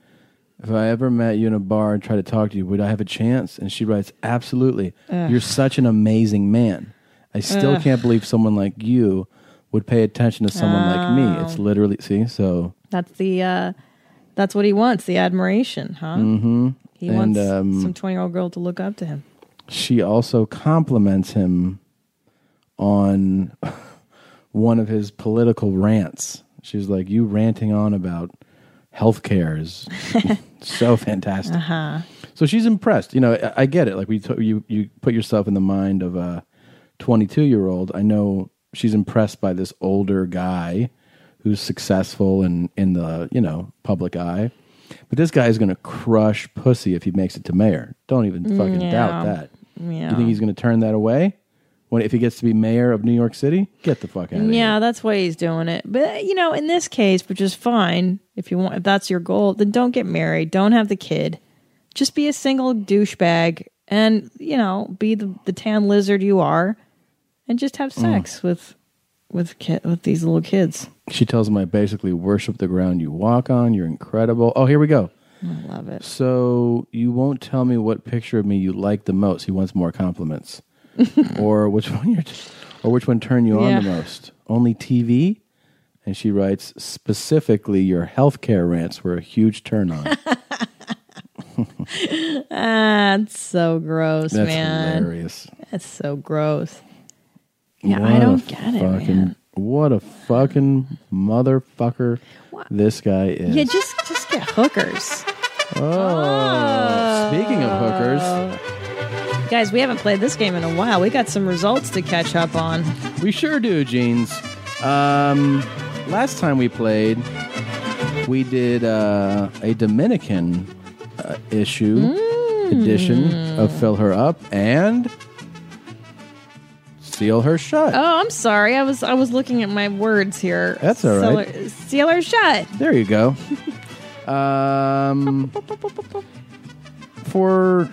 Speaker 2: If I ever met you in a bar and tried to talk to you, would I have a chance? And she writes, Absolutely.
Speaker 3: Ugh.
Speaker 2: You're such an amazing man. I still
Speaker 3: Ugh.
Speaker 2: can't believe someone like you would pay attention to someone like me. It's
Speaker 3: Oh.
Speaker 2: literally, see, so
Speaker 3: That's the uh That's what he wants the admiration, huh?
Speaker 12: Mm-hmm.
Speaker 3: He
Speaker 12: And,
Speaker 3: wants
Speaker 12: um,
Speaker 3: some 20 year old girl to look up to him.
Speaker 12: she also compliments him on <laughs> one of his political rants. She's like, "You ranting on about healthcare is so fantastic."
Speaker 3: Uh huh.
Speaker 12: So she's impressed. You know, I, I get it. Like we, t- you, you put yourself in the mind of a 22 year old. I know she's impressed by this older guy who's successful and in the you know public eye. But this guy is going to crush pussy if he makes it to mayor. Don't even fucking
Speaker 3: Yeah.
Speaker 12: doubt that.
Speaker 3: Yeah.
Speaker 12: You think he's going to turn that away? When if he gets to be mayor of New York City, get the fuck out of here.
Speaker 3: Yeah, that's why he's doing it. But you know, in this case, which is fine if you want, if that's your goal, then don't get married, don't have the kid, just be a single douchebag, and you know, be the the tan lizard you are, and just
Speaker 12: Mm.
Speaker 3: have sex with with ki- with these little kids.
Speaker 12: She tells him, "I basically worship the ground you walk on. You're incredible." Oh, here we go.
Speaker 3: I love it.
Speaker 12: So you won't tell me what picture of me you like the most. He wants
Speaker 3: <laughs>
Speaker 12: more compliments, or which one you're, or which one turned you on the
Speaker 13: Yeah.
Speaker 12: most. Only TV, and she writes specifically your healthcare rants were a huge turn
Speaker 3: <laughs>
Speaker 12: on.
Speaker 3: That's so gross,
Speaker 12: That's
Speaker 3: man.
Speaker 12: hilarious.
Speaker 3: That's so gross. Yeah, I don't get it,
Speaker 12: fucking,
Speaker 3: man.
Speaker 12: What a fucking motherfucker this guy is.
Speaker 3: Yeah, just just get hookers.
Speaker 12: Oh, speaking of hookers,
Speaker 3: Guys, we haven't played this game in a while. We got some results to catch up on.
Speaker 12: we sure do, jeans. Um, last time we played, we did uh, a Dominican uh, issue edition of Fill Her Up and Seal Her Shut.
Speaker 3: Oh, I'm sorry. I was I was looking at my words here.
Speaker 12: That's all right.
Speaker 3: Sealer, sealer shut.
Speaker 12: There you go. um, for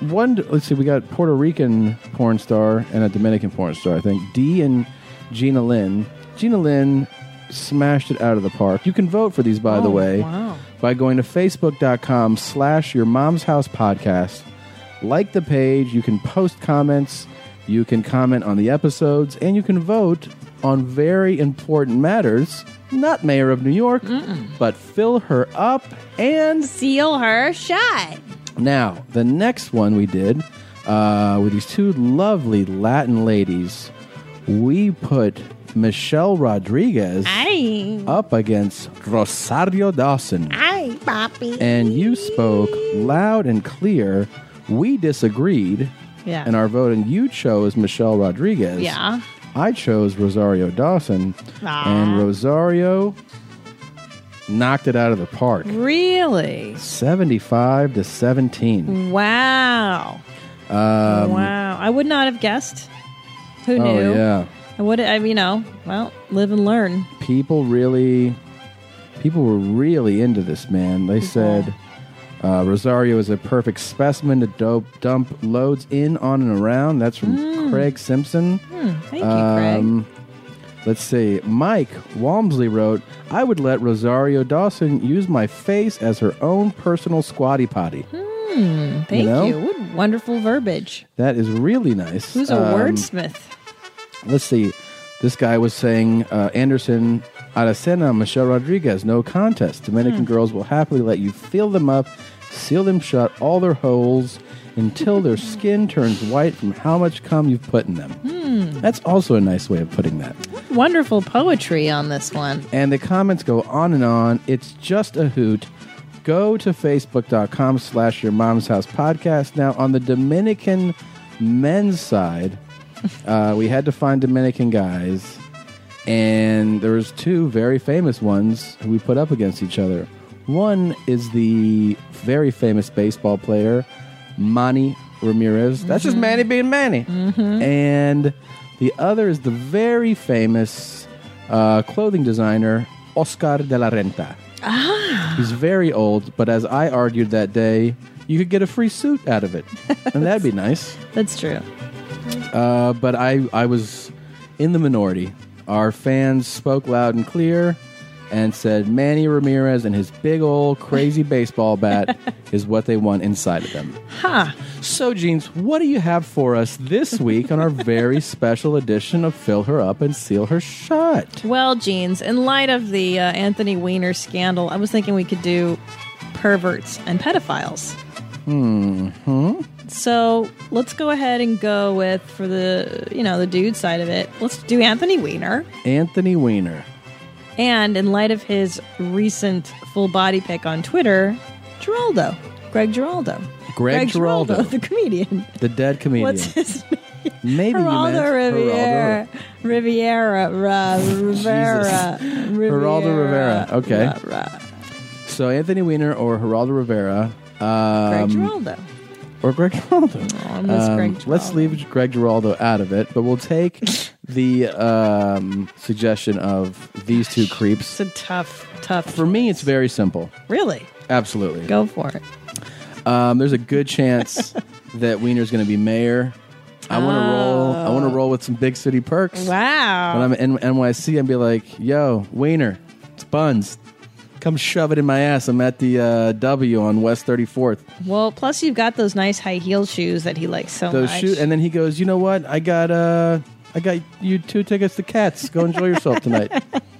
Speaker 12: one, let's see, we got Puerto Rican porn star and a Dominican porn star, I think. D and Gina Lynn. Gina Lynn smashed it out of the park. You can vote for these, by the
Speaker 13: Oh,
Speaker 12: way,
Speaker 13: wow.
Speaker 12: by going to facebook.com slash your mom's house podcast. Like the page. You can post comments. You can comment on the episodes. And you can vote on very important matters. Not mayor of New York, but fill her up and
Speaker 3: seal her shut.
Speaker 12: Now, the next one we did uh, with these two lovely Latin ladies, we put Michelle Rodriguez
Speaker 3: Aye.
Speaker 12: up against Rosario Dawson.
Speaker 14: Hi, Poppy.
Speaker 12: And you spoke loud and clear. We disagreed
Speaker 14: Yeah.
Speaker 12: in our voting. You chose Michelle Rodriguez.
Speaker 14: Yeah.
Speaker 12: I chose Rosario Dawson. And Rosario knocked it out of the
Speaker 3: Mm.
Speaker 12: park.
Speaker 3: Really?
Speaker 12: 75 to 17.
Speaker 3: Wow.
Speaker 12: Um,
Speaker 3: wow. I would not have guessed. Who
Speaker 12: oh,
Speaker 3: knew?
Speaker 12: yeah.
Speaker 3: I would. I you know. Well, live and learn.
Speaker 12: People really, people were really into this man. They said uh, Rosario is a perfect specimen to dope dump loads in on and around. That's from
Speaker 3: Mm.
Speaker 12: Craig Simpson.
Speaker 3: Hmm, thank you,
Speaker 12: Um, Let's see. Mike Walmsley wrote, I would let Rosario Dawson use my face as her own personal squatty potty.
Speaker 3: Craig. Hmm, thank you.
Speaker 12: know?
Speaker 3: What wonderful verbiage.
Speaker 12: That is really nice.
Speaker 3: Who's a
Speaker 12: Um,
Speaker 3: wordsmith?
Speaker 12: Let's see. This guy was saying uh, Anderson Aracena, Michelle Rodriguez, no contest. Dominican girls will happily let you fill them up, seal them shut, all their holes until their skin turns white from how much cum you've put in them.
Speaker 3: Hmm.
Speaker 12: That's also a nice way of putting that.
Speaker 3: Wonderful poetry on this one.
Speaker 12: And the comments go on and on. It's just a hoot. Go to facebook.com slash your mom's house podcast. Now, on the Dominican men's side, uh, we had to find Dominican guys. And there was two very famous ones who we put up against each other. One is the very famous baseball player, Manny Ramirez. That's just Manny being Manny. And the other is the very famous uh, clothing designer, Oscar de la Renta. He's very old, but as I argued that day, you could get a free suit out of it. And that'd be nice.
Speaker 3: That's true.
Speaker 12: Uh, but I, I was in the minority. Our fans spoke loud and clear, and said Manny Ramirez and his big old crazy baseball bat is what they want inside of them.
Speaker 3: Huh.
Speaker 12: So, Jeans, what do you have for us this week on our very special edition of Fill Her Up and Seal Her Shut?
Speaker 3: Well, Jeans, in light of the uh, Anthony Weiner scandal, I was thinking we could do perverts and pedophiles.
Speaker 12: Hmm.
Speaker 3: So let's go ahead and go with for the you know the dude side of it. Let's do Anthony Weiner,
Speaker 12: Anthony Weiner.
Speaker 3: and in light of his recent full body pic on Twitter, Geraldo, Greg Geraldo,
Speaker 12: Greg
Speaker 3: Giraldo, <laughs>
Speaker 12: Giraldo.
Speaker 3: the comedian.
Speaker 12: The dead
Speaker 3: <laughs>
Speaker 12: comedian.
Speaker 3: What's his name?
Speaker 12: Maybe you
Speaker 3: Geraldo
Speaker 12: meant
Speaker 3: Riviera, Riviera, Ra, Rivera,
Speaker 12: Geraldo
Speaker 3: Riviera.
Speaker 12: Rivera. Okay. So Anthony Weiner or Geraldo Rivera. Um,
Speaker 3: Greg Geraldo. Oh,
Speaker 12: Or Greg Giraldo.
Speaker 3: miss Greg
Speaker 12: let's leave Greg Giraldo out of it, but
Speaker 3: <laughs>
Speaker 12: we'll take the um, suggestion of these two creeps.
Speaker 3: It's a tough, tough.
Speaker 12: For me, it's very simple.
Speaker 3: Really?
Speaker 12: Absolutely.
Speaker 3: Go for it.
Speaker 12: Um, there's a good
Speaker 3: <laughs>
Speaker 12: chance that Wiener's going to be mayor. I want to roll. I
Speaker 3: Oh.
Speaker 12: want to roll with some big city perks.
Speaker 3: Wow.
Speaker 12: When I'm in NYC, I'd be like, "Yo, Wiener, it's buns. Come shove it in my ass. I'm at the uh, W on West 34th.
Speaker 3: Well, plus you've got those nice high heel shoes that he likes so
Speaker 12: Those
Speaker 3: much.
Speaker 12: shoot." And then he goes, "You know what? I got uh, I got you two tickets to Cats. Go enjoy yourself tonight."
Speaker 3: <laughs>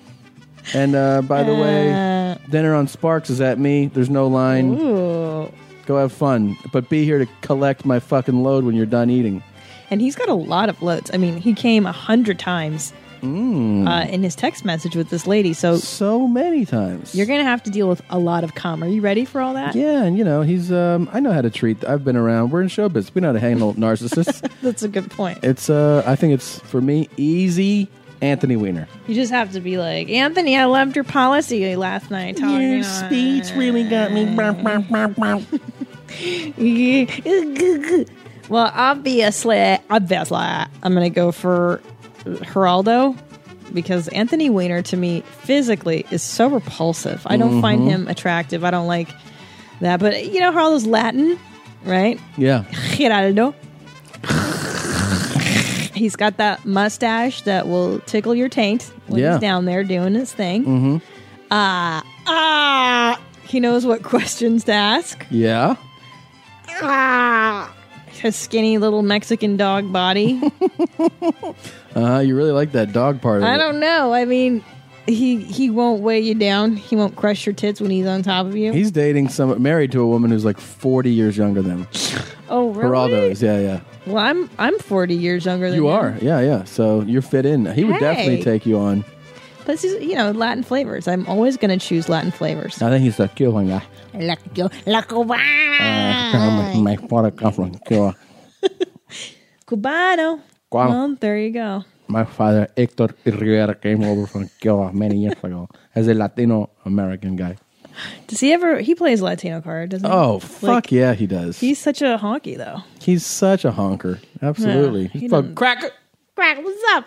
Speaker 12: And uh, by the way, dinner on Sparks is at me. There's no line.
Speaker 3: Uh. Ooh.
Speaker 12: Go have fun, but be here to collect my fucking load when you're done eating.
Speaker 3: And he's got a lot of loads. I mean, he came a hundred times
Speaker 12: Mm.
Speaker 3: uh, in his text message with this lady. So
Speaker 12: so many times.
Speaker 3: You're gonna have to deal with a lot of cum. Are you ready for all that?
Speaker 12: Yeah, and you know he's. Um, I know how to treat. I've been around. We're in showbiz. We know how to handle <laughs> narcissists.
Speaker 3: That's a good point.
Speaker 12: It's. Uh, I think it's for me easy. Anthony Weiner.
Speaker 3: You just have to be like, Anthony, I loved your policy last night. Your speech really got me. <laughs> well, obviously, obviously, I'm going to go for Geraldo because Anthony Weiner to me physically is so repulsive. I don't find
Speaker 12: Mhm.
Speaker 3: him attractive. I don't like that. But you know, Geraldo's Latin, right?
Speaker 12: Yeah.
Speaker 3: Geraldo. He's got that mustache that will tickle your taint when
Speaker 12: Yeah.
Speaker 3: he's down there doing his thing.
Speaker 12: Mm-hmm.
Speaker 3: Ah, ah. He knows what questions to ask.
Speaker 12: Yeah.
Speaker 3: Ah. His skinny little Mexican dog
Speaker 12: <laughs>
Speaker 3: body.
Speaker 12: Uh, you really like that dog part. Of
Speaker 3: I
Speaker 12: it.
Speaker 3: don't know. I mean, he he won't weigh you down. He won't crush your tits when he's on top of you.
Speaker 12: He's dating some, married to a woman who's like 40 years younger than him.
Speaker 3: oh, really?
Speaker 12: Geraldo is. Yeah, yeah.
Speaker 3: Well, I'm I'm 40 years younger than
Speaker 12: You
Speaker 3: him.
Speaker 12: are. Yeah, yeah. So you're fit in. He would definitely
Speaker 3: Hey.
Speaker 12: take you on.
Speaker 3: Plus, he's, you know, Latin flavors. I'm always going to choose Latin flavors.
Speaker 12: I think he's a killing guy.
Speaker 3: La, yo- la Cuba-
Speaker 12: Uh, my father comes from Cuba.
Speaker 3: Cubano.
Speaker 12: Guau.
Speaker 3: Well, there you go.
Speaker 12: My father, Hector Rivera, came over from Cuba many years ago as a Latino American guy.
Speaker 3: Does he ever? He plays Latino card, doesn't he?
Speaker 12: Oh,
Speaker 3: Like,
Speaker 12: fuck yeah, he does.
Speaker 3: He's such a honky though.
Speaker 12: He's such a honker. Absolutely.
Speaker 3: Yeah, he
Speaker 12: He's fuck-
Speaker 3: doesn't-
Speaker 12: cracker.
Speaker 3: Cracker, what's up?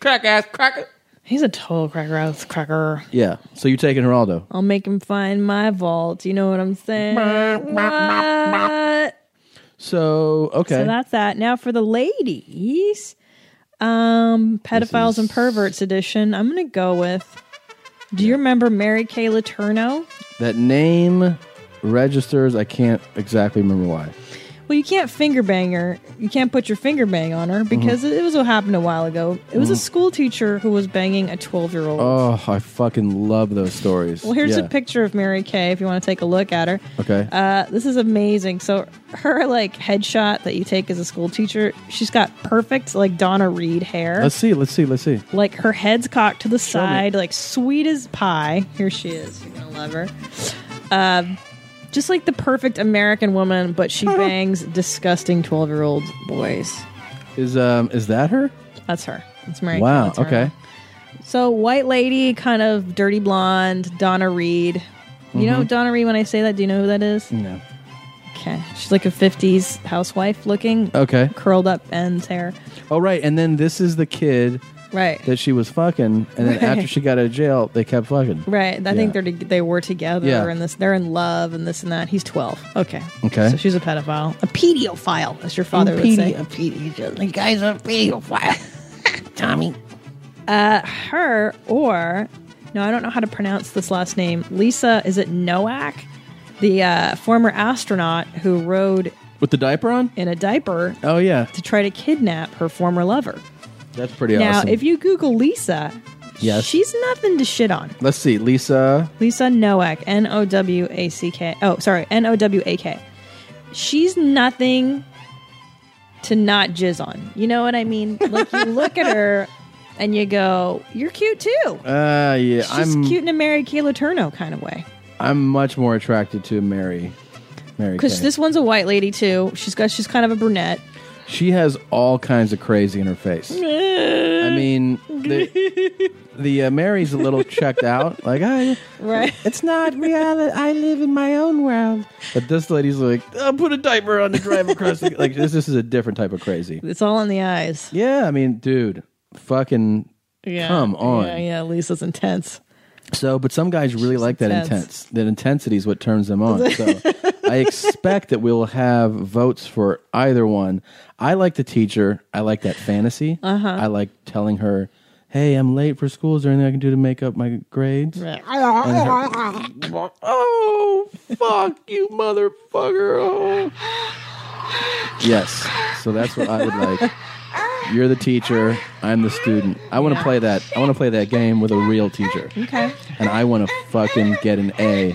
Speaker 3: Crack ass cracker. He's a total cracker ass cracker.
Speaker 12: Yeah. So you're taking Geraldo.
Speaker 3: I'll make him find my vault. You know what I'm saying? What?
Speaker 12: So, okay.
Speaker 3: So that's that. Now for the ladies, um, pedophiles and perverts edition. I'm gonna go with. Do you remember Mary Kay Letourneau?
Speaker 12: that name registers. I can't exactly remember why.
Speaker 3: Well, you can't finger bang her. You can't put your finger bang on her because
Speaker 12: Mm-hmm.
Speaker 3: it was what happened a while ago. It was a
Speaker 12: Mhm.
Speaker 3: school teacher who was banging a 12 year old.
Speaker 12: Oh, I fucking love those stories.
Speaker 3: well, here's
Speaker 12: Yeah.
Speaker 3: a picture of Mary Kay if you want to take a look at her.
Speaker 12: Okay.
Speaker 3: Uh, this is amazing. So her like headshot that you take as a school teacher, she's got perfect like Donna Reed hair.
Speaker 12: Let's see. Let's see. Let's see.
Speaker 3: like her head's cocked to the
Speaker 12: me.
Speaker 3: side, like sweet as pie. Here she is. You're gonna love her. Um, just like the perfect American woman, but
Speaker 12: <laughs>
Speaker 3: she bangs disgusting twelve-year-old boys.
Speaker 12: Is um is that her?
Speaker 3: That's her. That's Mary. Kay
Speaker 12: wow.
Speaker 3: Letourneau.
Speaker 12: Okay.
Speaker 3: So white lady, kind of dirty blonde, Donna Reed. You know
Speaker 12: Mhm.
Speaker 3: Donna Reed. When I say that, do you know who that is?
Speaker 12: No.
Speaker 3: Okay, she's like a '50s housewife looking.
Speaker 12: Okay.
Speaker 3: curled up ends hair.
Speaker 12: Oh right, and then this is the kid
Speaker 3: Right.
Speaker 12: that she was fucking, and then
Speaker 3: Right.
Speaker 12: after she got out of jail, they kept fucking.
Speaker 3: Right. I think they're to- they were together
Speaker 12: Yeah.
Speaker 3: and this they're in love and this and that. He's 12. Okay.
Speaker 12: Okay.
Speaker 3: So she's a pedophile. A pedophile, as your father would say.
Speaker 14: A pedophile. The guy's a pedophile. Tommy.
Speaker 3: Uh her or No, I don't know how to pronounce this last name. Lisa, is it Nowak? The uh, former astronaut who rode
Speaker 12: With the diaper on?
Speaker 3: in a diaper
Speaker 12: Oh, yeah.
Speaker 3: to try to kidnap her former lover.
Speaker 12: That's pretty
Speaker 3: now,
Speaker 12: awesome.
Speaker 3: if you Google Lisa,
Speaker 12: Yes.
Speaker 3: she's nothing to shit on.
Speaker 12: Let's see. Lisa.
Speaker 3: Lisa Nowak, N O W A C K. Oh, sorry, N O W A K. She's nothing to not jizz on. You know what I mean? Like
Speaker 12: <laughs>
Speaker 3: you look at her and you go, "You're cute too."
Speaker 12: Uh, yeah.
Speaker 3: She's
Speaker 12: I'm
Speaker 3: cute in a Mary Kay Letourneau kind of way.
Speaker 12: I'm much more attracted to Mary. Mary.
Speaker 3: Because
Speaker 12: Kay.
Speaker 3: this one's a white lady too. She's got she's kind of a brunette.
Speaker 12: she has all kinds of crazy in her face. I mean, the, the uh, Mary's a little checked out. Like, I, <laughs>
Speaker 3: Right.
Speaker 12: It's not reality. I live in my own world. but this lady's like, I'll put a diaper on to drive across the. <laughs> Like, this, this is a different type of crazy.
Speaker 3: It's all in the eyes.
Speaker 12: Yeah, I mean, dude, fucking come on.
Speaker 3: Yeah, yeah. Lisa's intense.
Speaker 12: So, but some guys really like that
Speaker 3: intense.
Speaker 12: intense. That intensity is what turns them
Speaker 3: <laughs>
Speaker 12: on. So, I expect that we'll have votes for either one. I like the teacher. I like that fantasy.
Speaker 3: Uh-huh.
Speaker 12: I like telling her, "Hey, I'm late for school. Is there anything I can do to make up my grades?" And her- oh, fuck you, motherfucker! Oh." yes. So that's what I would like. You're the teacher. I'm the student. I want to
Speaker 3: Yeah.
Speaker 12: play that. I want to play that game with a real teacher
Speaker 3: Okay.
Speaker 12: and I want to fucking get an A.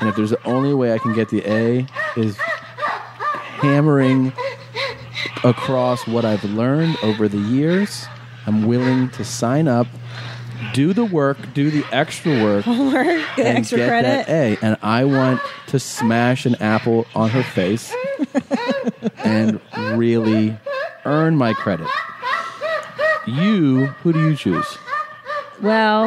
Speaker 12: And if there's the only way I can get the A is hammering across what I've learned over the years, I'm willing to sign up, do the work, do the extra work,
Speaker 3: Homework, <laughs> the
Speaker 12: <laughs> and
Speaker 3: extra
Speaker 12: get
Speaker 3: credit.
Speaker 12: that eh. A. And I want to smash an apple on
Speaker 3: <laughs>
Speaker 12: her face and really earn my credit. You, who do you choose?
Speaker 3: Well,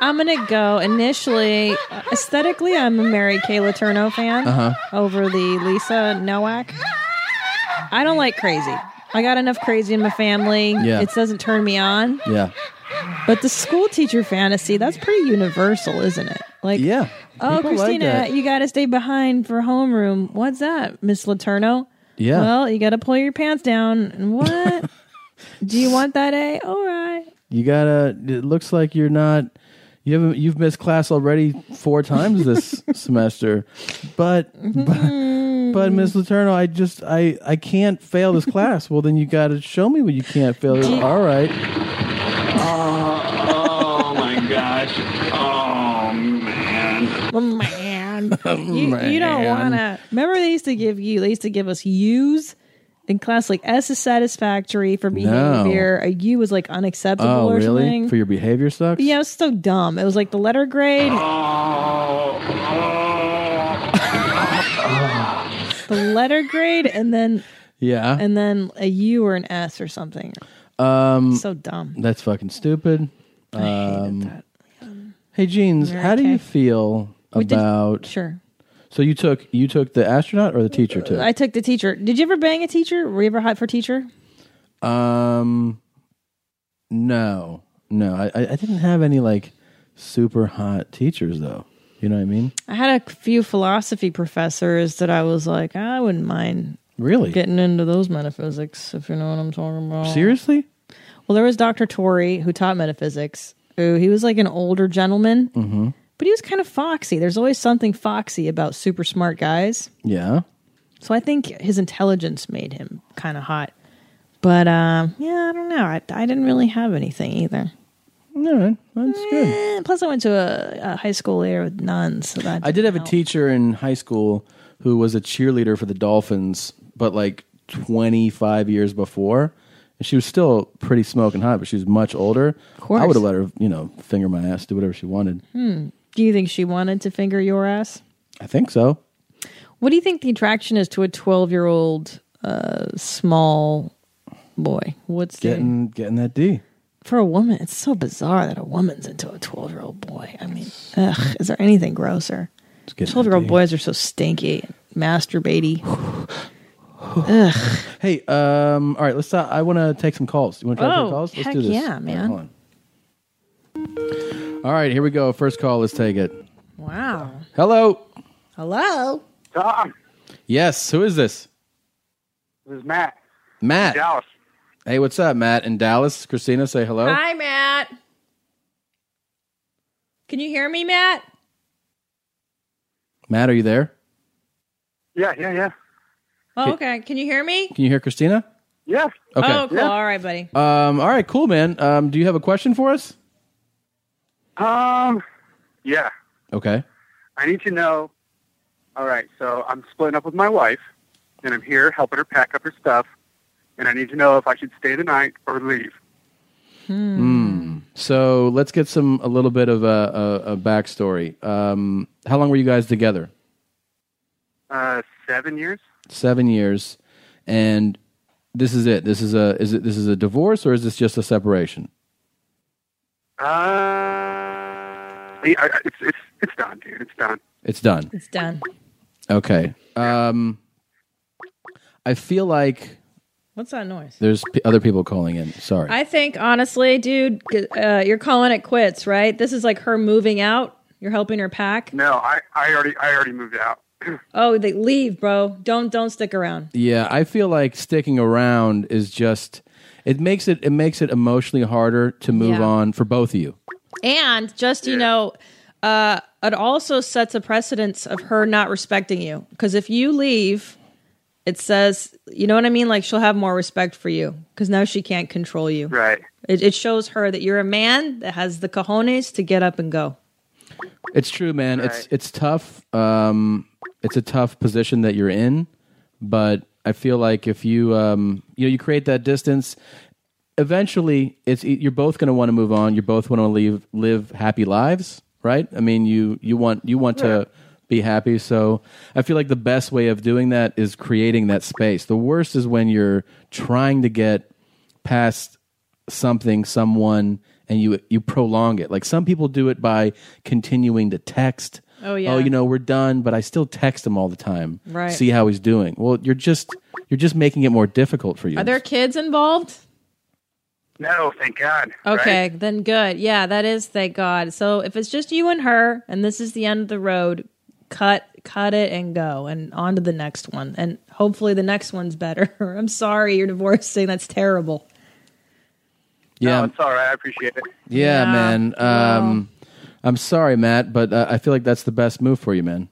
Speaker 3: I'm gonna go initially. Aesthetically, I'm a Mary Kay Letourneau fan
Speaker 12: Uh-huh.
Speaker 3: over the Lisa Nowak. I don't like crazy. I got enough crazy in my family.
Speaker 12: Yeah.
Speaker 3: It doesn't turn me on.
Speaker 12: Yeah.
Speaker 3: But the school teacher fantasy, that's pretty universal, isn't it? Like,
Speaker 12: Yeah.
Speaker 3: oh,
Speaker 12: People like
Speaker 3: Christina,
Speaker 12: that.
Speaker 3: you got to stay behind for homeroom. What's that, Miss Letourneau?
Speaker 12: Yeah.
Speaker 3: Well, you got to pull your pants down.
Speaker 12: <laughs>
Speaker 3: What? Do you want that A? All right.
Speaker 12: You gotta. It looks like you're not. You haven't. You've missed class already four times
Speaker 3: <laughs>
Speaker 12: this semester. But
Speaker 3: Mm-hmm.
Speaker 12: but but Miss Letourneau, I just I I can't fail this class. well, then you gotta show me what you can't fail.
Speaker 13: Do you-
Speaker 12: All right.
Speaker 13: oh my gosh. Oh man.
Speaker 3: Oh,
Speaker 12: <laughs>
Speaker 3: man.
Speaker 12: Oh,
Speaker 3: you, you don't
Speaker 13: Man.
Speaker 3: want to. Remember, they used to give you, they used to give us U's in class. Like, S is satisfactory for behavior. A U was like unacceptable
Speaker 12: Oh
Speaker 3: or
Speaker 12: really?
Speaker 3: something.
Speaker 12: For your behavior sucks.
Speaker 3: yeah, it was so dumb. It was like the letter grade, the letter grade, and then
Speaker 12: Yeah.
Speaker 3: and then a U or an S or something.
Speaker 12: um.
Speaker 3: so dumb.
Speaker 12: That's fucking stupid. Um, Hey, Jeans,
Speaker 3: Mary
Speaker 12: how do you
Speaker 3: Kay.
Speaker 12: feel
Speaker 3: We did-
Speaker 12: about?
Speaker 3: sure.
Speaker 12: So you took you took the astronaut or the teacher took?
Speaker 3: I took the teacher. Did you ever bang a teacher? Were you ever hot for teacher?
Speaker 12: Um, no, no, I, I I didn't have any like super hot teachers though. You know what I mean?
Speaker 3: I had a few philosophy professors that I was like, I wouldn't mind
Speaker 12: Really?
Speaker 3: getting into those metaphysics, if you know what I'm talking about.
Speaker 12: Seriously?
Speaker 3: Well, there was Dr. Torrey who taught metaphysics. Who he was like an older gentleman,
Speaker 12: Mm-hmm.
Speaker 3: but he was kind of foxy. There's always something foxy about super smart guys.
Speaker 12: Yeah.
Speaker 3: So I think his intelligence made him kind of hot. But um, yeah, I don't know. I, I didn't really have anything either.
Speaker 12: No, that's good.
Speaker 3: Eh, plus, I went to a, a high school there with nuns. So that
Speaker 12: I did have a
Speaker 3: help.
Speaker 12: teacher in high school who was a cheerleader for the Dolphins, but like 25 years before. And she was still pretty smoking hot, but she was much older. Of
Speaker 3: course.
Speaker 12: I would have let her, you know, finger my ass, do whatever she wanted.
Speaker 3: Hmm. Do you think she wanted to finger your ass?
Speaker 12: I think so.
Speaker 3: What do you think the attraction is to a 12 year old uh, small boy? What's the.
Speaker 12: Getting getting that D.
Speaker 3: For a woman, it's so bizarre that a woman's into a 12 year old boy. I mean, ugh, is there anything grosser? 12 year old boys are so stinky, masturbaty. ugh.
Speaker 12: Hey, um, all right, let's. Uh, I want to take some calls. You want to try to
Speaker 3: Oh,
Speaker 12: take calls? Let's
Speaker 3: heck
Speaker 12: do this.
Speaker 3: yeah,
Speaker 12: All right,
Speaker 3: man.
Speaker 12: hold on. All right, here we go. First call. Let's take it.
Speaker 3: Wow.
Speaker 12: Hello.
Speaker 3: Hello.
Speaker 6: Tom,
Speaker 12: Yes. Who is this?
Speaker 6: this is Matt.
Speaker 12: Matt.
Speaker 6: Dallas.
Speaker 12: Hey, what's up, Matt? In Dallas, Christina, say hello.
Speaker 3: Matt. Can you hear me, Matt?
Speaker 12: Matt, are you there?
Speaker 6: Yeah, yeah, yeah.
Speaker 3: Oh, okay. Can you hear me?
Speaker 12: Can you hear Christina?
Speaker 6: Yeah.
Speaker 12: Okay.
Speaker 3: Oh, cool. All right, buddy.
Speaker 12: Um, all right, cool, man. Um, do you have a question for us?
Speaker 6: Um, yeah.
Speaker 12: Okay.
Speaker 6: I need to know. All right, so I'm splitting up with my wife, and I'm here helping her pack up her stuff, and I need to know if I should stay the night or leave.
Speaker 12: Hmm. So let's get some a little bit of a, a, a backstory. Um, how long were you guys together?
Speaker 6: Uh, seven years.
Speaker 12: Seven years, and this is it. This is a is it this is a divorce or is this just a separation?
Speaker 6: Uh, yeah, I- I- it's it's it's done, dude. It's done.
Speaker 12: It's done.
Speaker 3: It's done.
Speaker 12: Okay. Um, I feel like
Speaker 3: What's that noise?
Speaker 12: there's p- other people calling in. Sorry.
Speaker 3: I think honestly, dude, g- uh, you're calling it quits, right? This is like her moving out. You're helping her pack.
Speaker 6: No, I I already I already moved out. <clears throat>
Speaker 3: Oh, they leave, bro. Don't don't stick around.
Speaker 12: Yeah, I feel like sticking around is just it makes it it makes it emotionally harder to move
Speaker 3: Yeah.
Speaker 12: on for both of you.
Speaker 3: And just you know, uh, it also sets a precedence of her not respecting you. Because if you leave, it says you know what I mean. Like she'll have more respect for you because now she can't control you.
Speaker 6: Right.
Speaker 3: It, it shows her that you're a man that has the cojones to get up and go.
Speaker 12: It's true, man. It's it's tough. Um, it's a tough position that you're in, but I feel like if you um, you know you create that distance, eventually it's e, you're both going to want to move on. You're both want to leave live happy lives, right? I mean, you you want you want to be happy. So I feel like the best way of doing that is creating that space. The worst is when you're trying to get past something, someone, and you you prolong it. Like some people do it by continuing to text.
Speaker 3: Oh, yeah.
Speaker 12: Oh, you know, we're done, but I still text him all the time.
Speaker 3: Right.
Speaker 12: See how he's doing. Well, you're just you're just making it more difficult for you.
Speaker 3: Are there kids involved?
Speaker 6: No, thank God.
Speaker 3: Okay,
Speaker 6: right?
Speaker 3: then good. Yeah, that is thank God. So if it's just you and her, and this is the end of the road, cut cut it and go, and on to the next one, and hopefully the next one's better. <laughs> I'm sorry you're divorcing. That's terrible.
Speaker 12: yeah.
Speaker 6: No, it's all right. I appreciate it.
Speaker 12: yeah, man. Um I'm sorry, Matt, but uh, I feel like that's the best move for you, man.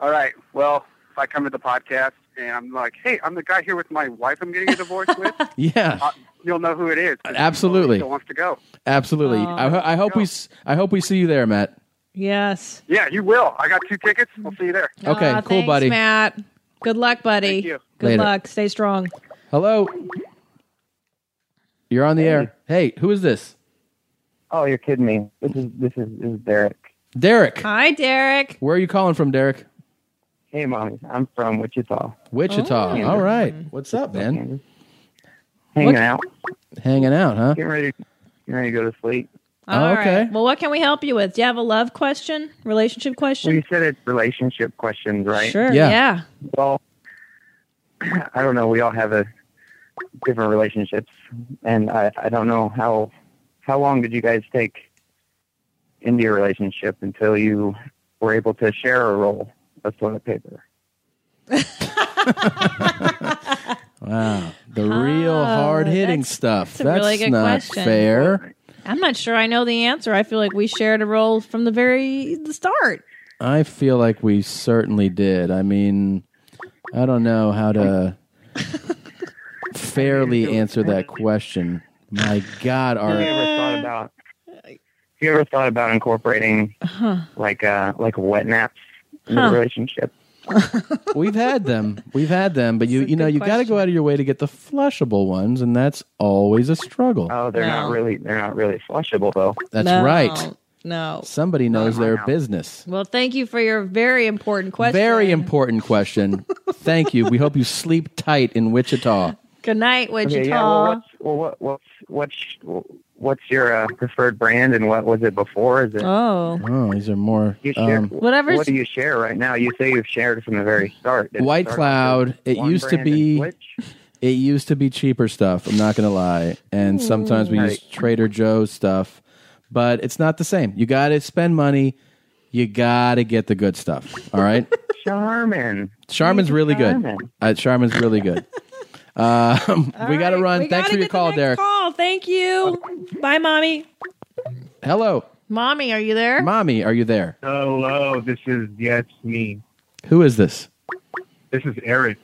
Speaker 6: All right. Well, if I come to the podcast and I'm like, hey, I'm the guy here with my wife. I'm getting a divorce with.
Speaker 12: <laughs> Yeah. Uh,
Speaker 6: uh, you'll know who it is. 'cause
Speaker 12: Absolutely.
Speaker 6: he still wants to go.
Speaker 12: Absolutely. I, ho- I hope we s- I hope we see you there, Matt.
Speaker 3: Yes.
Speaker 6: Yeah, you will. I got two tickets. We'll see you there.
Speaker 12: Okay,
Speaker 3: Aw,
Speaker 12: cool,
Speaker 3: thanks,
Speaker 12: buddy.
Speaker 3: Matt. Good luck, buddy. Thank you. Good
Speaker 12: Later.
Speaker 3: luck. Stay strong.
Speaker 12: Hello. You're on the air. Hey, who is this?
Speaker 15: Oh, you're kidding me. This is this is, this is Derek.
Speaker 12: Derek.
Speaker 3: Hi, Derek.
Speaker 12: Where are you calling from, Derek?
Speaker 15: Hey, mommy. I'm from Wichita.
Speaker 12: Wichita.
Speaker 15: Oh.
Speaker 12: All right. What's up, man?
Speaker 15: Hanging out.
Speaker 12: Hanging out, huh?
Speaker 15: Getting ready. Getting ready to go to sleep.
Speaker 12: Oh,
Speaker 3: All right. Well, what can we help you with? Do you have a love question, relationship
Speaker 15: Well,
Speaker 3: question?
Speaker 15: you said it's relationship questions, right?
Speaker 3: Sure. Yeah. yeah.
Speaker 15: Well, <clears throat> I don't know. We all have a different relationships, and I, I don't know how how long did you guys take into your relationship until you were able to share a roll of toilet paper?
Speaker 12: <laughs> Wow. The real hard hitting stuff.
Speaker 3: Oh, That's a really good
Speaker 12: not
Speaker 3: question.
Speaker 12: fair.
Speaker 3: I'm not sure I know the answer. I feel like we shared a role from the very the start.
Speaker 12: I feel like we certainly did. I mean, I don't know how to fairly answer that question. My God,
Speaker 15: Have you
Speaker 12: our
Speaker 15: ever thought about? Have you ever thought about incorporating like uh like wet naps in
Speaker 12: Huh.
Speaker 15: the relationship?
Speaker 12: we've had them, we've had them, but you you know you got to go out of your way to get the flushable ones, and that's always a struggle.
Speaker 15: Oh, they're not really they're not really flushable though.
Speaker 12: That's
Speaker 3: No,
Speaker 12: right.
Speaker 3: No.
Speaker 12: Somebody knows their business.
Speaker 3: Well, thank you for your very important question.
Speaker 12: Very important question. Thank you. We hope you sleep tight in Wichita.
Speaker 3: Good night, Wichita.
Speaker 15: Okay, yeah, well, what's, well, what, what's, what's, what's your uh, preferred brand and what was it before? Is it
Speaker 3: Oh.
Speaker 12: Oh, these are more.
Speaker 15: you share,
Speaker 12: Um,
Speaker 3: Whatever's-
Speaker 15: What do you share right now? You say you've shared from the very start. Did it
Speaker 12: White
Speaker 15: start
Speaker 12: Cloud.
Speaker 15: with
Speaker 12: It
Speaker 15: one
Speaker 12: used to
Speaker 15: brand and
Speaker 12: be.
Speaker 15: switch?
Speaker 12: It used to be cheaper stuff. I'm not going to lie. And sometimes we
Speaker 15: Right.
Speaker 12: use Trader Joe's stuff, but it's not the same. You got to spend money. You got to get the good stuff. All right.
Speaker 15: <laughs> Charmin.
Speaker 12: Charmin's really good.
Speaker 15: Charmin.
Speaker 12: Uh, Charmin's
Speaker 15: <laughs>
Speaker 12: really good. Um, we got to run. Thanks for your call, Derek.
Speaker 3: Call. Thank you. Bye, mommy.
Speaker 12: Hello.
Speaker 3: Mommy, are you there?
Speaker 12: Mommy, are you there?
Speaker 16: Hello, this is yes me.
Speaker 12: Who is this?
Speaker 16: This is Eric.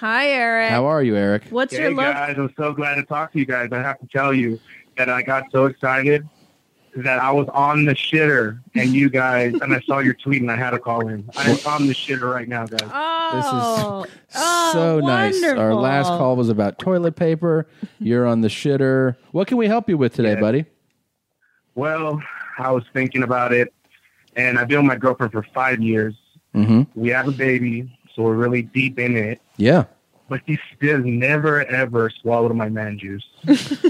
Speaker 3: Hi, Eric.
Speaker 12: How are you, Eric?
Speaker 3: What's
Speaker 16: hey
Speaker 3: your love?
Speaker 16: guys, I'm so glad to talk to you guys. I have to tell you that I got so excited that I was on the shitter and you guys and I saw your tweet and I had to call in. I am on the shitter right now, guys.
Speaker 3: Oh, this is
Speaker 12: so nice. Our last call was about toilet paper. You're on the shitter. What can we help you with today, buddy?
Speaker 16: Well, I was thinking about it and I've been with my girlfriend for five years.
Speaker 12: Mm-hmm.
Speaker 16: We have a baby, so we're really deep in it.
Speaker 12: Yeah.
Speaker 16: But she still never ever swallowed my man juice.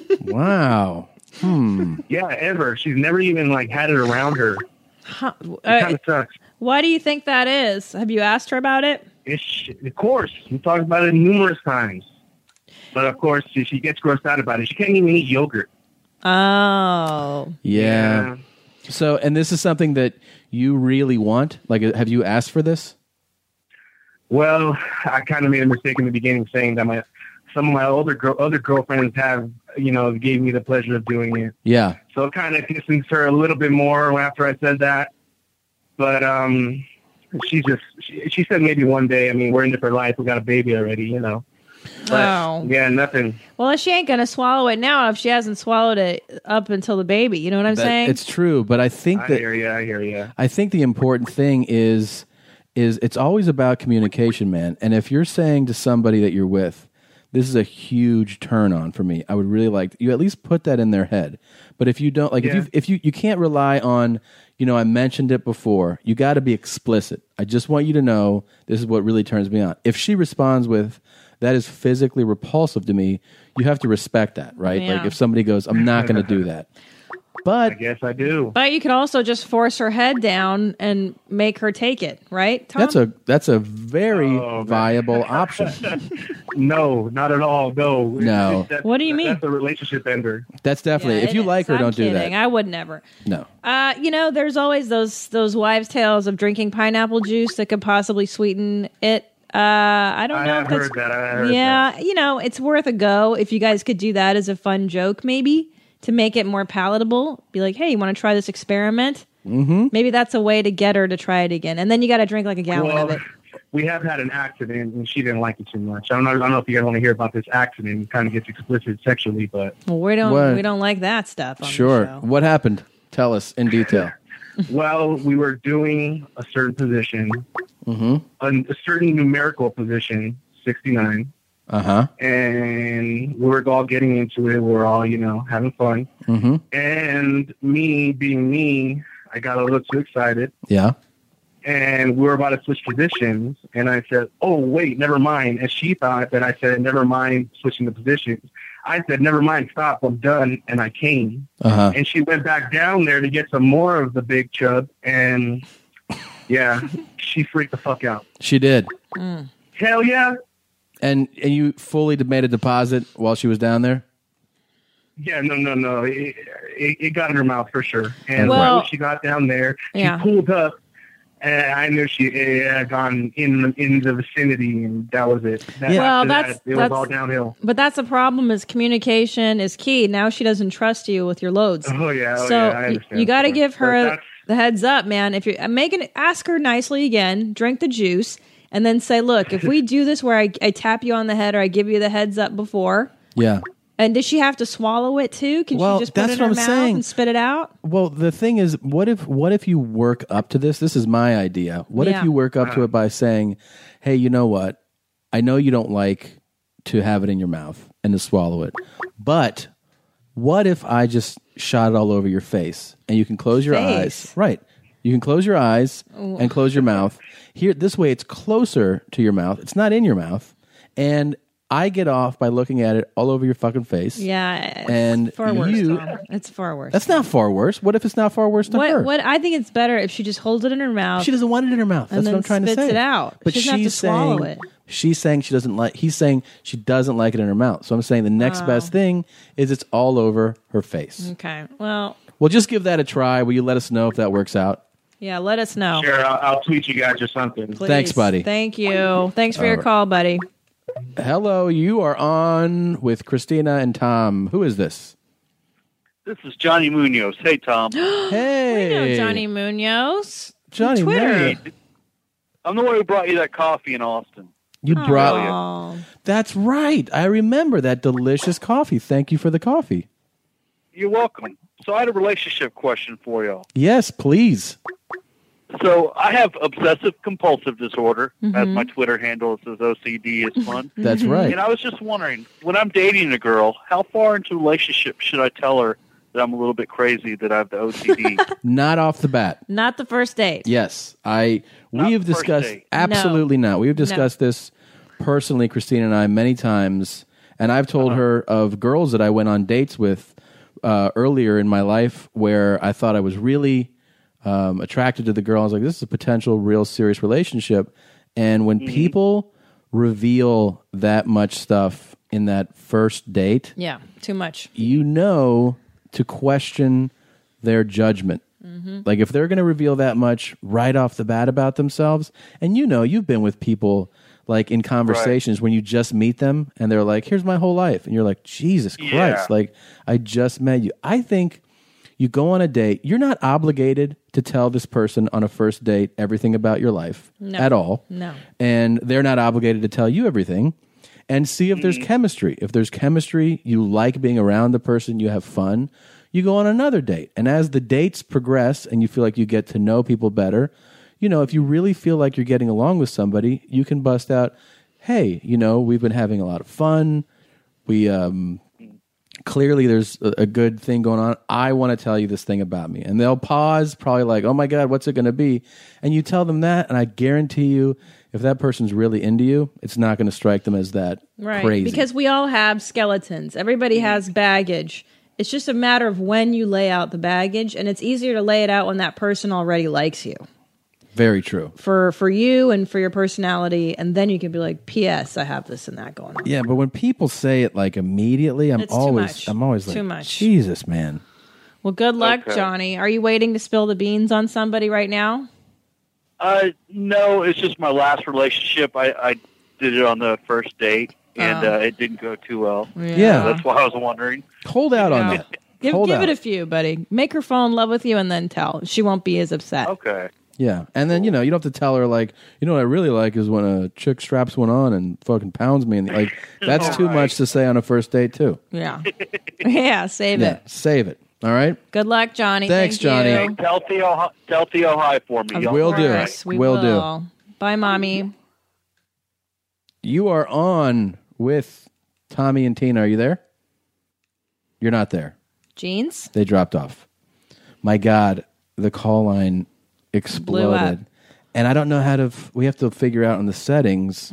Speaker 12: <laughs> wow. Hmm.
Speaker 16: Yeah, ever. She's never even like had it around her.
Speaker 3: Huh.
Speaker 16: It
Speaker 3: <laughs>
Speaker 16: kind of sucks.
Speaker 3: uh, Why do you think that is? Have you asked her about it?
Speaker 16: It's, sh- of course, we talked about it numerous times. But of course, she, she gets grossed out about it. She can't even eat yogurt.
Speaker 3: Oh.
Speaker 12: Yeah. So, and this is something that you really want? Like, have you asked for this?
Speaker 16: Well, I kind of made a mistake in the beginning saying that my some of my older girl, other girlfriends have you know gave me the pleasure of doing it.
Speaker 12: Yeah.
Speaker 16: So it kind of distanced her a little bit more after I said that. But um, she just she, she said maybe one day. I mean, we're in different life. We got a baby already, you know.
Speaker 3: Wow.
Speaker 16: Yeah, nothing.
Speaker 3: Well, she ain't gonna swallow it now if she hasn't swallowed it up until the baby. You know what I'm
Speaker 12: That-
Speaker 3: saying?
Speaker 12: It's true, but I think
Speaker 16: I
Speaker 12: that
Speaker 16: hear you. I hear you.
Speaker 12: I think the important thing is is it's always about communication, man. And if you're saying to somebody that you're with, this is a huge turn on for me. I would really like you at least put that in their head. But if you don't like if
Speaker 16: Yeah.
Speaker 12: you if you you can't rely on, you know, I mentioned it before. You got to be explicit. I just want you to know this is what really turns me on. If she responds with that is physically repulsive to me, you have to respect that, right? Like
Speaker 3: Yeah.
Speaker 12: if somebody goes, I'm not going to
Speaker 16: <laughs>
Speaker 12: do that. But
Speaker 16: I guess I do.
Speaker 3: But you can also just force her head down and make her take it, right? Tom?
Speaker 12: That's a that's a very viable option.
Speaker 16: Oh, <laughs> no, not at all. No.
Speaker 12: No.
Speaker 3: what do you mean?
Speaker 16: That's a relationship ender.
Speaker 12: That's definitely if you like her,
Speaker 3: I'm
Speaker 12: don't do
Speaker 3: kidding.
Speaker 12: that.
Speaker 3: I would never.
Speaker 12: No.
Speaker 3: Uh, you know, there's always those those wives' tales of drinking pineapple juice that could possibly sweeten it. Uh, I don't
Speaker 16: I
Speaker 3: know.
Speaker 16: have
Speaker 3: if that's,
Speaker 16: heard that. I have heard
Speaker 3: yeah, you know, it's worth a go if you guys could do that as a fun joke, maybe to make it more palatable. Be like, hey, you want to try this experiment?
Speaker 12: Mm-hmm.
Speaker 3: Maybe that's a way to get her to try it again, and then you got to drink like a gallon
Speaker 16: Well,
Speaker 3: of it.
Speaker 16: We have had an accident, and she didn't like it too much. I don't know. I don't know if you guys want to hear about this accident. It kind of gets explicit sexually, but
Speaker 3: Well, we don't
Speaker 12: What?
Speaker 3: we don't like that stuff. On the
Speaker 12: Sure.
Speaker 3: show.
Speaker 12: What happened? Tell us in detail.
Speaker 16: <laughs> well, we were doing a certain position,
Speaker 12: Mm-hmm.
Speaker 16: a a certain numerical position, sixty-nine,
Speaker 12: Uh huh.
Speaker 16: and we were all getting into it. We were all, you know, having fun.
Speaker 12: Mm-hmm.
Speaker 16: And me being me, I got a little too excited.
Speaker 12: Yeah.
Speaker 16: and we were about to switch positions. And I said, "Oh wait, never mind." And she thought that I said, "Never mind switching the positions." I said, "Never mind, stop, I'm done," and I came.
Speaker 12: Uh-huh.
Speaker 16: And she went back down there to get some more of the big chub, and
Speaker 3: <laughs>
Speaker 16: yeah, she freaked the fuck out.
Speaker 12: She did.
Speaker 3: Mm.
Speaker 16: Hell yeah,
Speaker 12: And and you fully made a deposit while she was down there?
Speaker 16: yeah, no, no, no, it, it, it got in her mouth for sure. And
Speaker 3: Well-
Speaker 16: when she got down there, she
Speaker 3: Yeah.
Speaker 16: pulled up. And Uh, I knew she uh, had gone in in the vicinity, and that was it. That,
Speaker 3: Yeah. Well,
Speaker 16: after that,
Speaker 3: that's-
Speaker 16: it
Speaker 3: that's-
Speaker 16: was all downhill.
Speaker 3: But that's the problem is communication is key. Now she doesn't trust you with your loads.
Speaker 16: Oh yeah. oh,
Speaker 3: so
Speaker 16: yeah, I
Speaker 3: y-
Speaker 16: understand.
Speaker 3: you got to give
Speaker 16: But
Speaker 3: her
Speaker 16: that's-
Speaker 3: the heads up, man. If you're making, ask her nicely again. Drink the juice, and then say, "Look, if we do this where I, I tap you on the head or I give you the heads up before,
Speaker 12: <laughs> Yeah.
Speaker 3: and does she have to swallow it too? Can
Speaker 12: Well,
Speaker 3: she just put
Speaker 12: that's
Speaker 3: it in her
Speaker 12: what I'm
Speaker 3: mouth
Speaker 12: saying.
Speaker 3: and spit it out?
Speaker 12: Well, the thing is, what if what if you work up to this? This is my idea. What
Speaker 3: Yeah.
Speaker 12: if you work up to
Speaker 16: uh,
Speaker 12: it by saying, "Hey, you know what? I know you don't like to have it in your mouth and to swallow it, but what if I just shot it all over your face and you can close your
Speaker 3: Face?
Speaker 12: eyes? Right. You can close your eyes
Speaker 3: Ooh.
Speaker 12: and close your mouth. Here, this way, it's closer to your mouth. It's not in your mouth, and I get off by looking at it all over your fucking face.
Speaker 3: Yeah, it's
Speaker 12: And
Speaker 3: far worse.
Speaker 12: you-
Speaker 3: Tom. It's far worse.
Speaker 12: That's not far worse. What if it's not far worse to
Speaker 3: what
Speaker 12: her?
Speaker 3: what I think it's better if she just holds it in her mouth.
Speaker 12: She doesn't want it in her mouth.
Speaker 3: and
Speaker 12: That's what
Speaker 3: then
Speaker 12: I'm trying
Speaker 3: spits
Speaker 12: to say.
Speaker 3: it out.
Speaker 12: But
Speaker 3: She
Speaker 12: she's
Speaker 3: doesn't have to swallow
Speaker 12: saying
Speaker 3: it.
Speaker 12: she's saying she doesn't like. He's saying she doesn't like it in her mouth. So I'm saying the next
Speaker 3: Oh. Mm.
Speaker 12: best thing is it's all over her face.
Speaker 3: Okay. Well,
Speaker 12: Well, just give that a try. Will you let us know if that works out?
Speaker 3: yeah. Let us know.
Speaker 16: Sure, I'll, I'll tweet you guys or something.
Speaker 3: Please.
Speaker 12: Thanks, buddy.
Speaker 3: Thank you. Thanks for
Speaker 12: All
Speaker 3: your
Speaker 12: right.
Speaker 3: call, buddy.
Speaker 12: Hello, you are on with Christina and Tom. Who is this?
Speaker 17: This is Johnny Munoz. Hey,
Speaker 3: <gasps>
Speaker 17: Tom.
Speaker 3: hey, we know Johney Munoz. Johnny Twitter.
Speaker 17: I'm the one who brought you that coffee in Austin.
Speaker 12: You brought. That's right. I remember that delicious coffee. Thank you for the coffee.
Speaker 17: You're welcome. So I had a relationship question for y'all.
Speaker 12: Yes, please.
Speaker 17: So I have obsessive compulsive disorder, as
Speaker 12: Mhm.
Speaker 17: my Twitter handle says. OCD is fun.
Speaker 12: <laughs> That's right.
Speaker 17: And I was just wondering, when I'm dating a girl, how far into a relationship should I tell her that I'm a little bit crazy that I have the OCD?
Speaker 12: <laughs> Not off the bat.
Speaker 3: Not the first date.
Speaker 12: Yes, I. we have discussed
Speaker 3: date.
Speaker 12: absolutely not. We have
Speaker 3: No.
Speaker 12: discussed this personally, Christina and I, many times, and I've told
Speaker 3: Uh-huh.
Speaker 12: her of girls that I went on dates with uh, earlier in my life where I thought I was really um, attracted to the girl. I was like, "This is a potential, real, serious relationship," and
Speaker 3: Mm-hmm.
Speaker 12: when people reveal that much stuff in that first date,
Speaker 3: Yeah, too much.
Speaker 12: you know to question their judgment.
Speaker 18: Mm-hmm.
Speaker 12: Like if they're going to reveal that much right off the bat about themselves, and you know, you've been with people like in conversations when you just meet them and they're like, "Here's my whole life," and you're like, "Jesus Christ!"
Speaker 18: Yeah.
Speaker 12: Like I just met you. I think you go on a date. You're not obligated to tell this person on a first date everything about your life
Speaker 18: No.
Speaker 12: at all
Speaker 18: No.
Speaker 12: and they're not obligated to tell you everything and see if there's chemistry if there's chemistry you like being around the person you have fun you go on another date and as the dates progress and you feel like you get to know people better you know if you really feel like you're getting along with somebody you can bust out hey you know we've been having a lot of fun we um clearly there's a, a good thing going on. I want to tell you this thing about me. And they'll pause, probably like, oh my God, what's it going to be? And you tell them that. And I guarantee you, if that person's really into you, it's not going to strike them as that
Speaker 3: Right.
Speaker 12: crazy.
Speaker 3: Because we all have skeletons. Everybody has baggage. It's just a matter of when you lay out the baggage, and it's easier to lay it out when that person already likes you
Speaker 12: Very true.
Speaker 3: for for you and for your personality, and then you can be like, "P.S. I have this and that going on."
Speaker 12: Yeah, but when people say it like immediately, I'm
Speaker 3: It's too
Speaker 12: always,
Speaker 3: much.
Speaker 12: I'm always like,
Speaker 3: Too much.
Speaker 12: Jesus, man.
Speaker 3: Well, good luck,
Speaker 17: Okay.
Speaker 3: Johnny. Are you waiting to spill the beans on somebody right now?
Speaker 17: Uh, no, it's just my last relationship. I, I did it on the first date, and
Speaker 3: Oh.
Speaker 17: uh, it didn't go too well.
Speaker 3: Yeah.
Speaker 17: that's why I was wondering.
Speaker 12: Hold out on that.
Speaker 3: Give
Speaker 12: Hold
Speaker 3: give
Speaker 12: out.
Speaker 3: it a few, buddy. Make her fall in love with you, and then tell. She won't be as upset.
Speaker 17: Okay.
Speaker 12: Yeah. And then, you know, you don't have to tell her, like, you know what I really like is when a chick straps one on and fucking pounds me. And, like, that's too much to say on a first date, too.
Speaker 17: <laughs>
Speaker 3: Yeah. yeah. Save
Speaker 12: yeah.
Speaker 3: it.
Speaker 12: Save it. All right.
Speaker 3: Good luck, Johnny.
Speaker 12: Thanks,
Speaker 3: Thank you.
Speaker 12: Johnny.
Speaker 17: Tell Theo, hi- tell Theo hi for me.
Speaker 3: Of
Speaker 17: y'all.
Speaker 12: Will do.
Speaker 3: course, we
Speaker 12: Will
Speaker 3: will,
Speaker 12: do.
Speaker 3: Bye, mommy.
Speaker 12: You are on with Tommy and Tina. Are you there? You're not there.
Speaker 3: Jeans.
Speaker 12: They dropped off. My God, the call line
Speaker 3: up.
Speaker 12: exploded. And I don't know how to, f- we have to figure out in the settings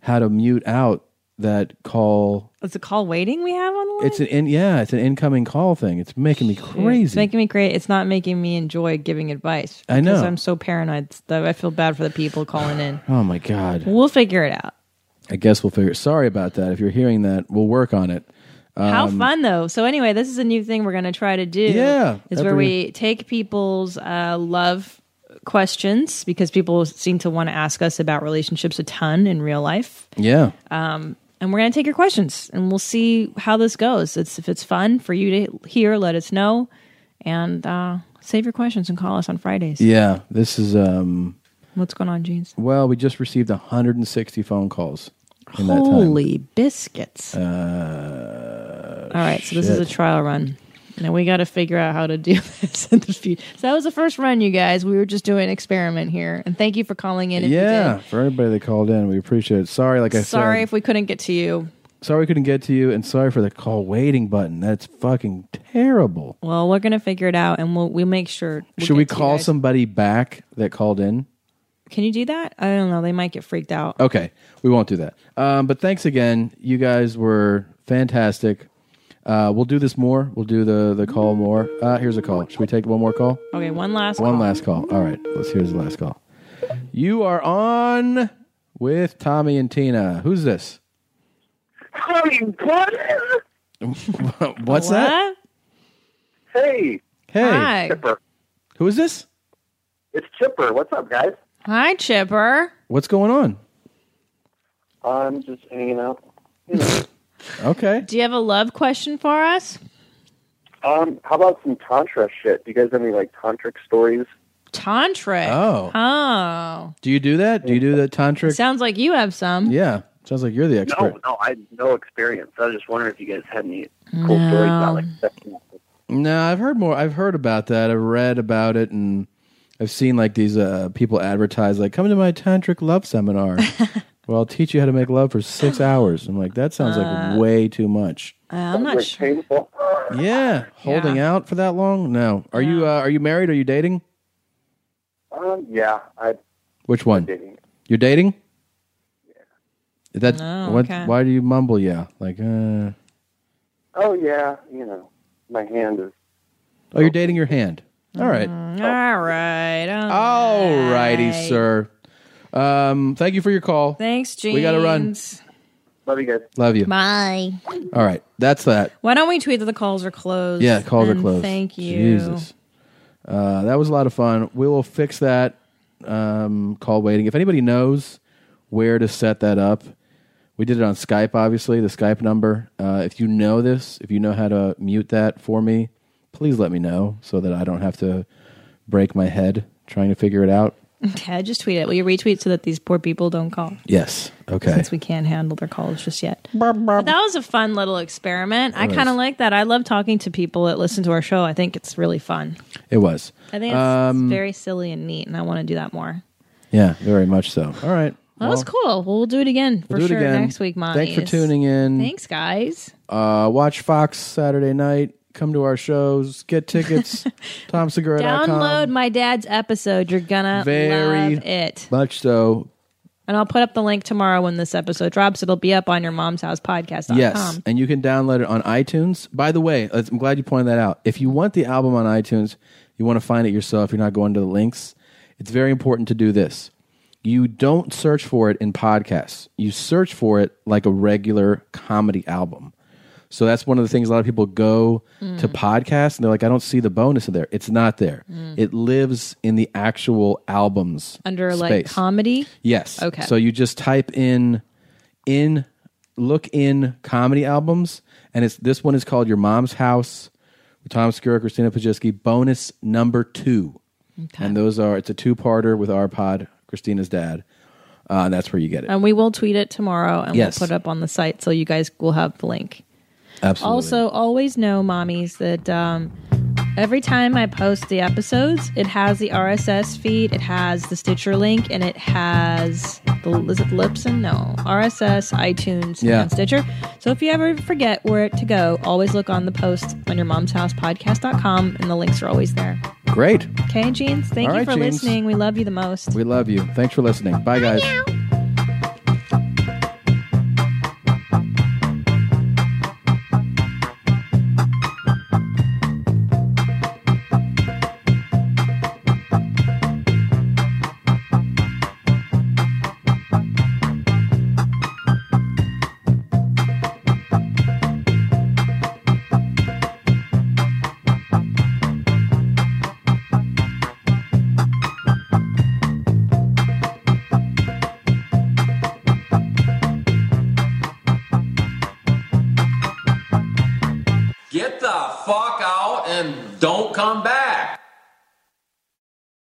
Speaker 12: how to mute out that call.
Speaker 3: It's a call waiting we have on the line.
Speaker 12: It's an, in, yeah, it's an incoming call thing. It's making me
Speaker 3: It's
Speaker 12: crazy.
Speaker 3: making me crazy. It's not making me enjoy giving advice.
Speaker 12: I
Speaker 3: because
Speaker 12: know.
Speaker 3: I'm so paranoid that I feel bad for the people calling in.
Speaker 12: Oh my God.
Speaker 3: We'll figure it out.
Speaker 12: I guess we'll figure. Sorry about that. If you're hearing that, we'll work on it.
Speaker 3: How
Speaker 12: Um,
Speaker 3: fun though! So anyway, this is a new thing we're going to try to do.
Speaker 12: Yeah,
Speaker 3: is where
Speaker 12: every-
Speaker 3: we take people's uh, love questions because people seem to want to ask us about relationships a ton in real life.
Speaker 12: Yeah.
Speaker 3: Um, and we're going to take your questions and we'll see how this goes. It's, if it's fun for you to hear, let us know. And uh, save your questions and call us on Fridays.
Speaker 12: Yeah. This is, um,
Speaker 3: What's going on, Jeans?
Speaker 12: well, we just received 160 phone calls in that time.
Speaker 3: Holy biscuits.
Speaker 12: Uh,
Speaker 3: All right. So this is a
Speaker 12: shit.
Speaker 3: trial run. Now we got to figure out how to do <laughs> this in the future. So that was the first run, you guys. We were just doing an experiment here. And thank you for calling in. If
Speaker 12: yeah,
Speaker 3: You
Speaker 12: for everybody that called in, we appreciate it. Sorry, like I
Speaker 3: did. Sorry
Speaker 12: said,
Speaker 3: if we couldn't get to you.
Speaker 12: sorry we couldn't get to you, and sorry for the call waiting button. That's fucking terrible.
Speaker 3: Well, we're going to figure it out and we'll, we'll make sure. we'll
Speaker 12: Should we
Speaker 3: get to you
Speaker 12: call
Speaker 3: guys.
Speaker 12: somebody back that called in?
Speaker 3: Can you do that? I don't know. They might get freaked out.
Speaker 12: Okay, we won't do that. Um, but thanks again. You guys were fantastic. Uh, we'll do this more. We'll do the the call more. Uh, here's a call. Should we take one more call?
Speaker 3: Okay, one last
Speaker 12: one
Speaker 3: call.
Speaker 12: last call. All right, let's here's the last call. You are on with Tommy and Tina. Who's this?
Speaker 13: Tommy, what?
Speaker 12: <laughs> What's that?
Speaker 13: Hey.
Speaker 12: Hey. Hi.
Speaker 13: Chipper.
Speaker 12: Who is this?
Speaker 13: It's Chipper. What's up, guys?
Speaker 3: Hi, Chipper.
Speaker 12: What's going on?
Speaker 13: I'm just hanging out.
Speaker 12: <laughs> Okay.
Speaker 3: Do you have a love question for us?
Speaker 13: Um, how about some tantra shit? Do you guys have any like tantric stories?
Speaker 3: Tantric.
Speaker 12: Oh.
Speaker 3: Oh.
Speaker 12: Do you do that? Do you do the tantric?
Speaker 3: Sounds like you have some.
Speaker 12: yeah. Sounds like you're the expert.
Speaker 18: No, no, I no experience. I was just wondering if you guys had any cool stories about like sex.
Speaker 12: No, I've heard more. I've heard about that. I've read about it, and I've seen like these uh, people advertise like, "Come to my tantric love seminar, where I'll teach you how to make love for six hours." I'm like, that sounds
Speaker 3: Uh,
Speaker 12: like way too much.
Speaker 3: Uh, I'm not sure.
Speaker 13: Painful.
Speaker 12: Yeah, holding out for that long? No. Are you uh, are you married? Are you dating?
Speaker 13: Um, yeah, I
Speaker 12: Which one?
Speaker 13: dating.
Speaker 12: You're dating? Yeah. That
Speaker 13: No,
Speaker 12: what?
Speaker 13: okay.
Speaker 12: Why do you mumble? Yeah, like. Uh,
Speaker 13: Oh yeah, you know, my hand is
Speaker 12: oh, you're dating your hand. All right.
Speaker 3: All right. Um, All
Speaker 12: All righty, sir. Um, thank you for your call.
Speaker 3: Thanks, James.
Speaker 12: We gotta run.
Speaker 13: Love you guys.
Speaker 12: Love you.
Speaker 3: Bye.
Speaker 12: All right, that's that.
Speaker 3: Why don't we tweet that the calls are closed?
Speaker 12: Yeah, calls are
Speaker 3: And
Speaker 12: closed.
Speaker 3: Thank you.
Speaker 12: Jesus. Uh, that was a lot of fun. We will fix that um, call waiting. If anybody knows where to set that up, we did it on Skype, obviously, the Skype number. Uh, if you know this, if you know how to mute that for me, please let me know so that I don't have to break my head trying to figure it out.
Speaker 3: <laughs> Okay, just tweet it. Will you retweet so that these poor people don't call?
Speaker 12: Yes. Okay.
Speaker 3: Since we can't handle their calls just yet. But that was a fun little experiment. I
Speaker 12: It was.
Speaker 3: kind of like that. I love talking to people that listen to our show. I think it's really fun.
Speaker 12: It was.
Speaker 3: I think it's,
Speaker 12: Um,
Speaker 3: it's very silly and neat, and I want to do that more.
Speaker 12: Yeah, very much so. All right.
Speaker 3: That was cool. We'll do it again for
Speaker 12: do it
Speaker 3: sure
Speaker 12: again.
Speaker 3: next week, Monty.
Speaker 12: Thanks for tuning in.
Speaker 3: Thanks, guys.
Speaker 12: Uh, watch Fox Saturday night. Come to our shows.
Speaker 3: <laughs>
Speaker 12: Get tickets. TomSegura.com.
Speaker 3: Download my dad's episode. You're gonna
Speaker 12: Very
Speaker 3: love it.
Speaker 12: much so.
Speaker 3: And I'll put up the link tomorrow when this episode drops. It'll be up on your mom's house podcast.com.
Speaker 12: Yes, and you can download it on iTunes. By the way, I'm glad you pointed that out. If you want the album on iTunes, you want to find it yourself. You're not going to the links. It's very important to do this. You don't search for it in podcasts. You search for it like a regular comedy album. So that's one of the things a lot of people go to
Speaker 3: Mm.
Speaker 12: podcasts and they're like, I don't see the bonus in there. It's not there. It lives in the actual albums
Speaker 3: Mm. Under like
Speaker 12: space.
Speaker 3: comedy.
Speaker 12: Yes.
Speaker 3: Okay.
Speaker 12: So you just type in in look in comedy albums, and it's this one is called Your Mom's House with Tom Skura, Christina Pajiski, bonus number two. And those are it's a two parter with our pod, Christina's dad. Uh, and that's where you get it.
Speaker 3: And we will tweet it tomorrow and
Speaker 12: Yes.
Speaker 3: we'll put it up on the site so you guys will have the link.
Speaker 12: Absolutely.
Speaker 3: Also, always know, mommies, that um, every time I post the episodes, it has the RSS feed, it has the Stitcher link, and it has the is it Lipson? No, RSS, iTunes,
Speaker 12: Yeah.
Speaker 3: and Stitcher. So if you ever forget where to go, always look on the post on your mom's house podcast.com, and the links are always there.
Speaker 12: Great.
Speaker 3: Okay, Jeans, thank
Speaker 12: All
Speaker 3: you
Speaker 12: right,
Speaker 3: for
Speaker 12: Jeans.
Speaker 3: listening. We love you the most.
Speaker 12: We love you. Thanks for listening. Bye guys.
Speaker 19: Get the fuck out and don't come back.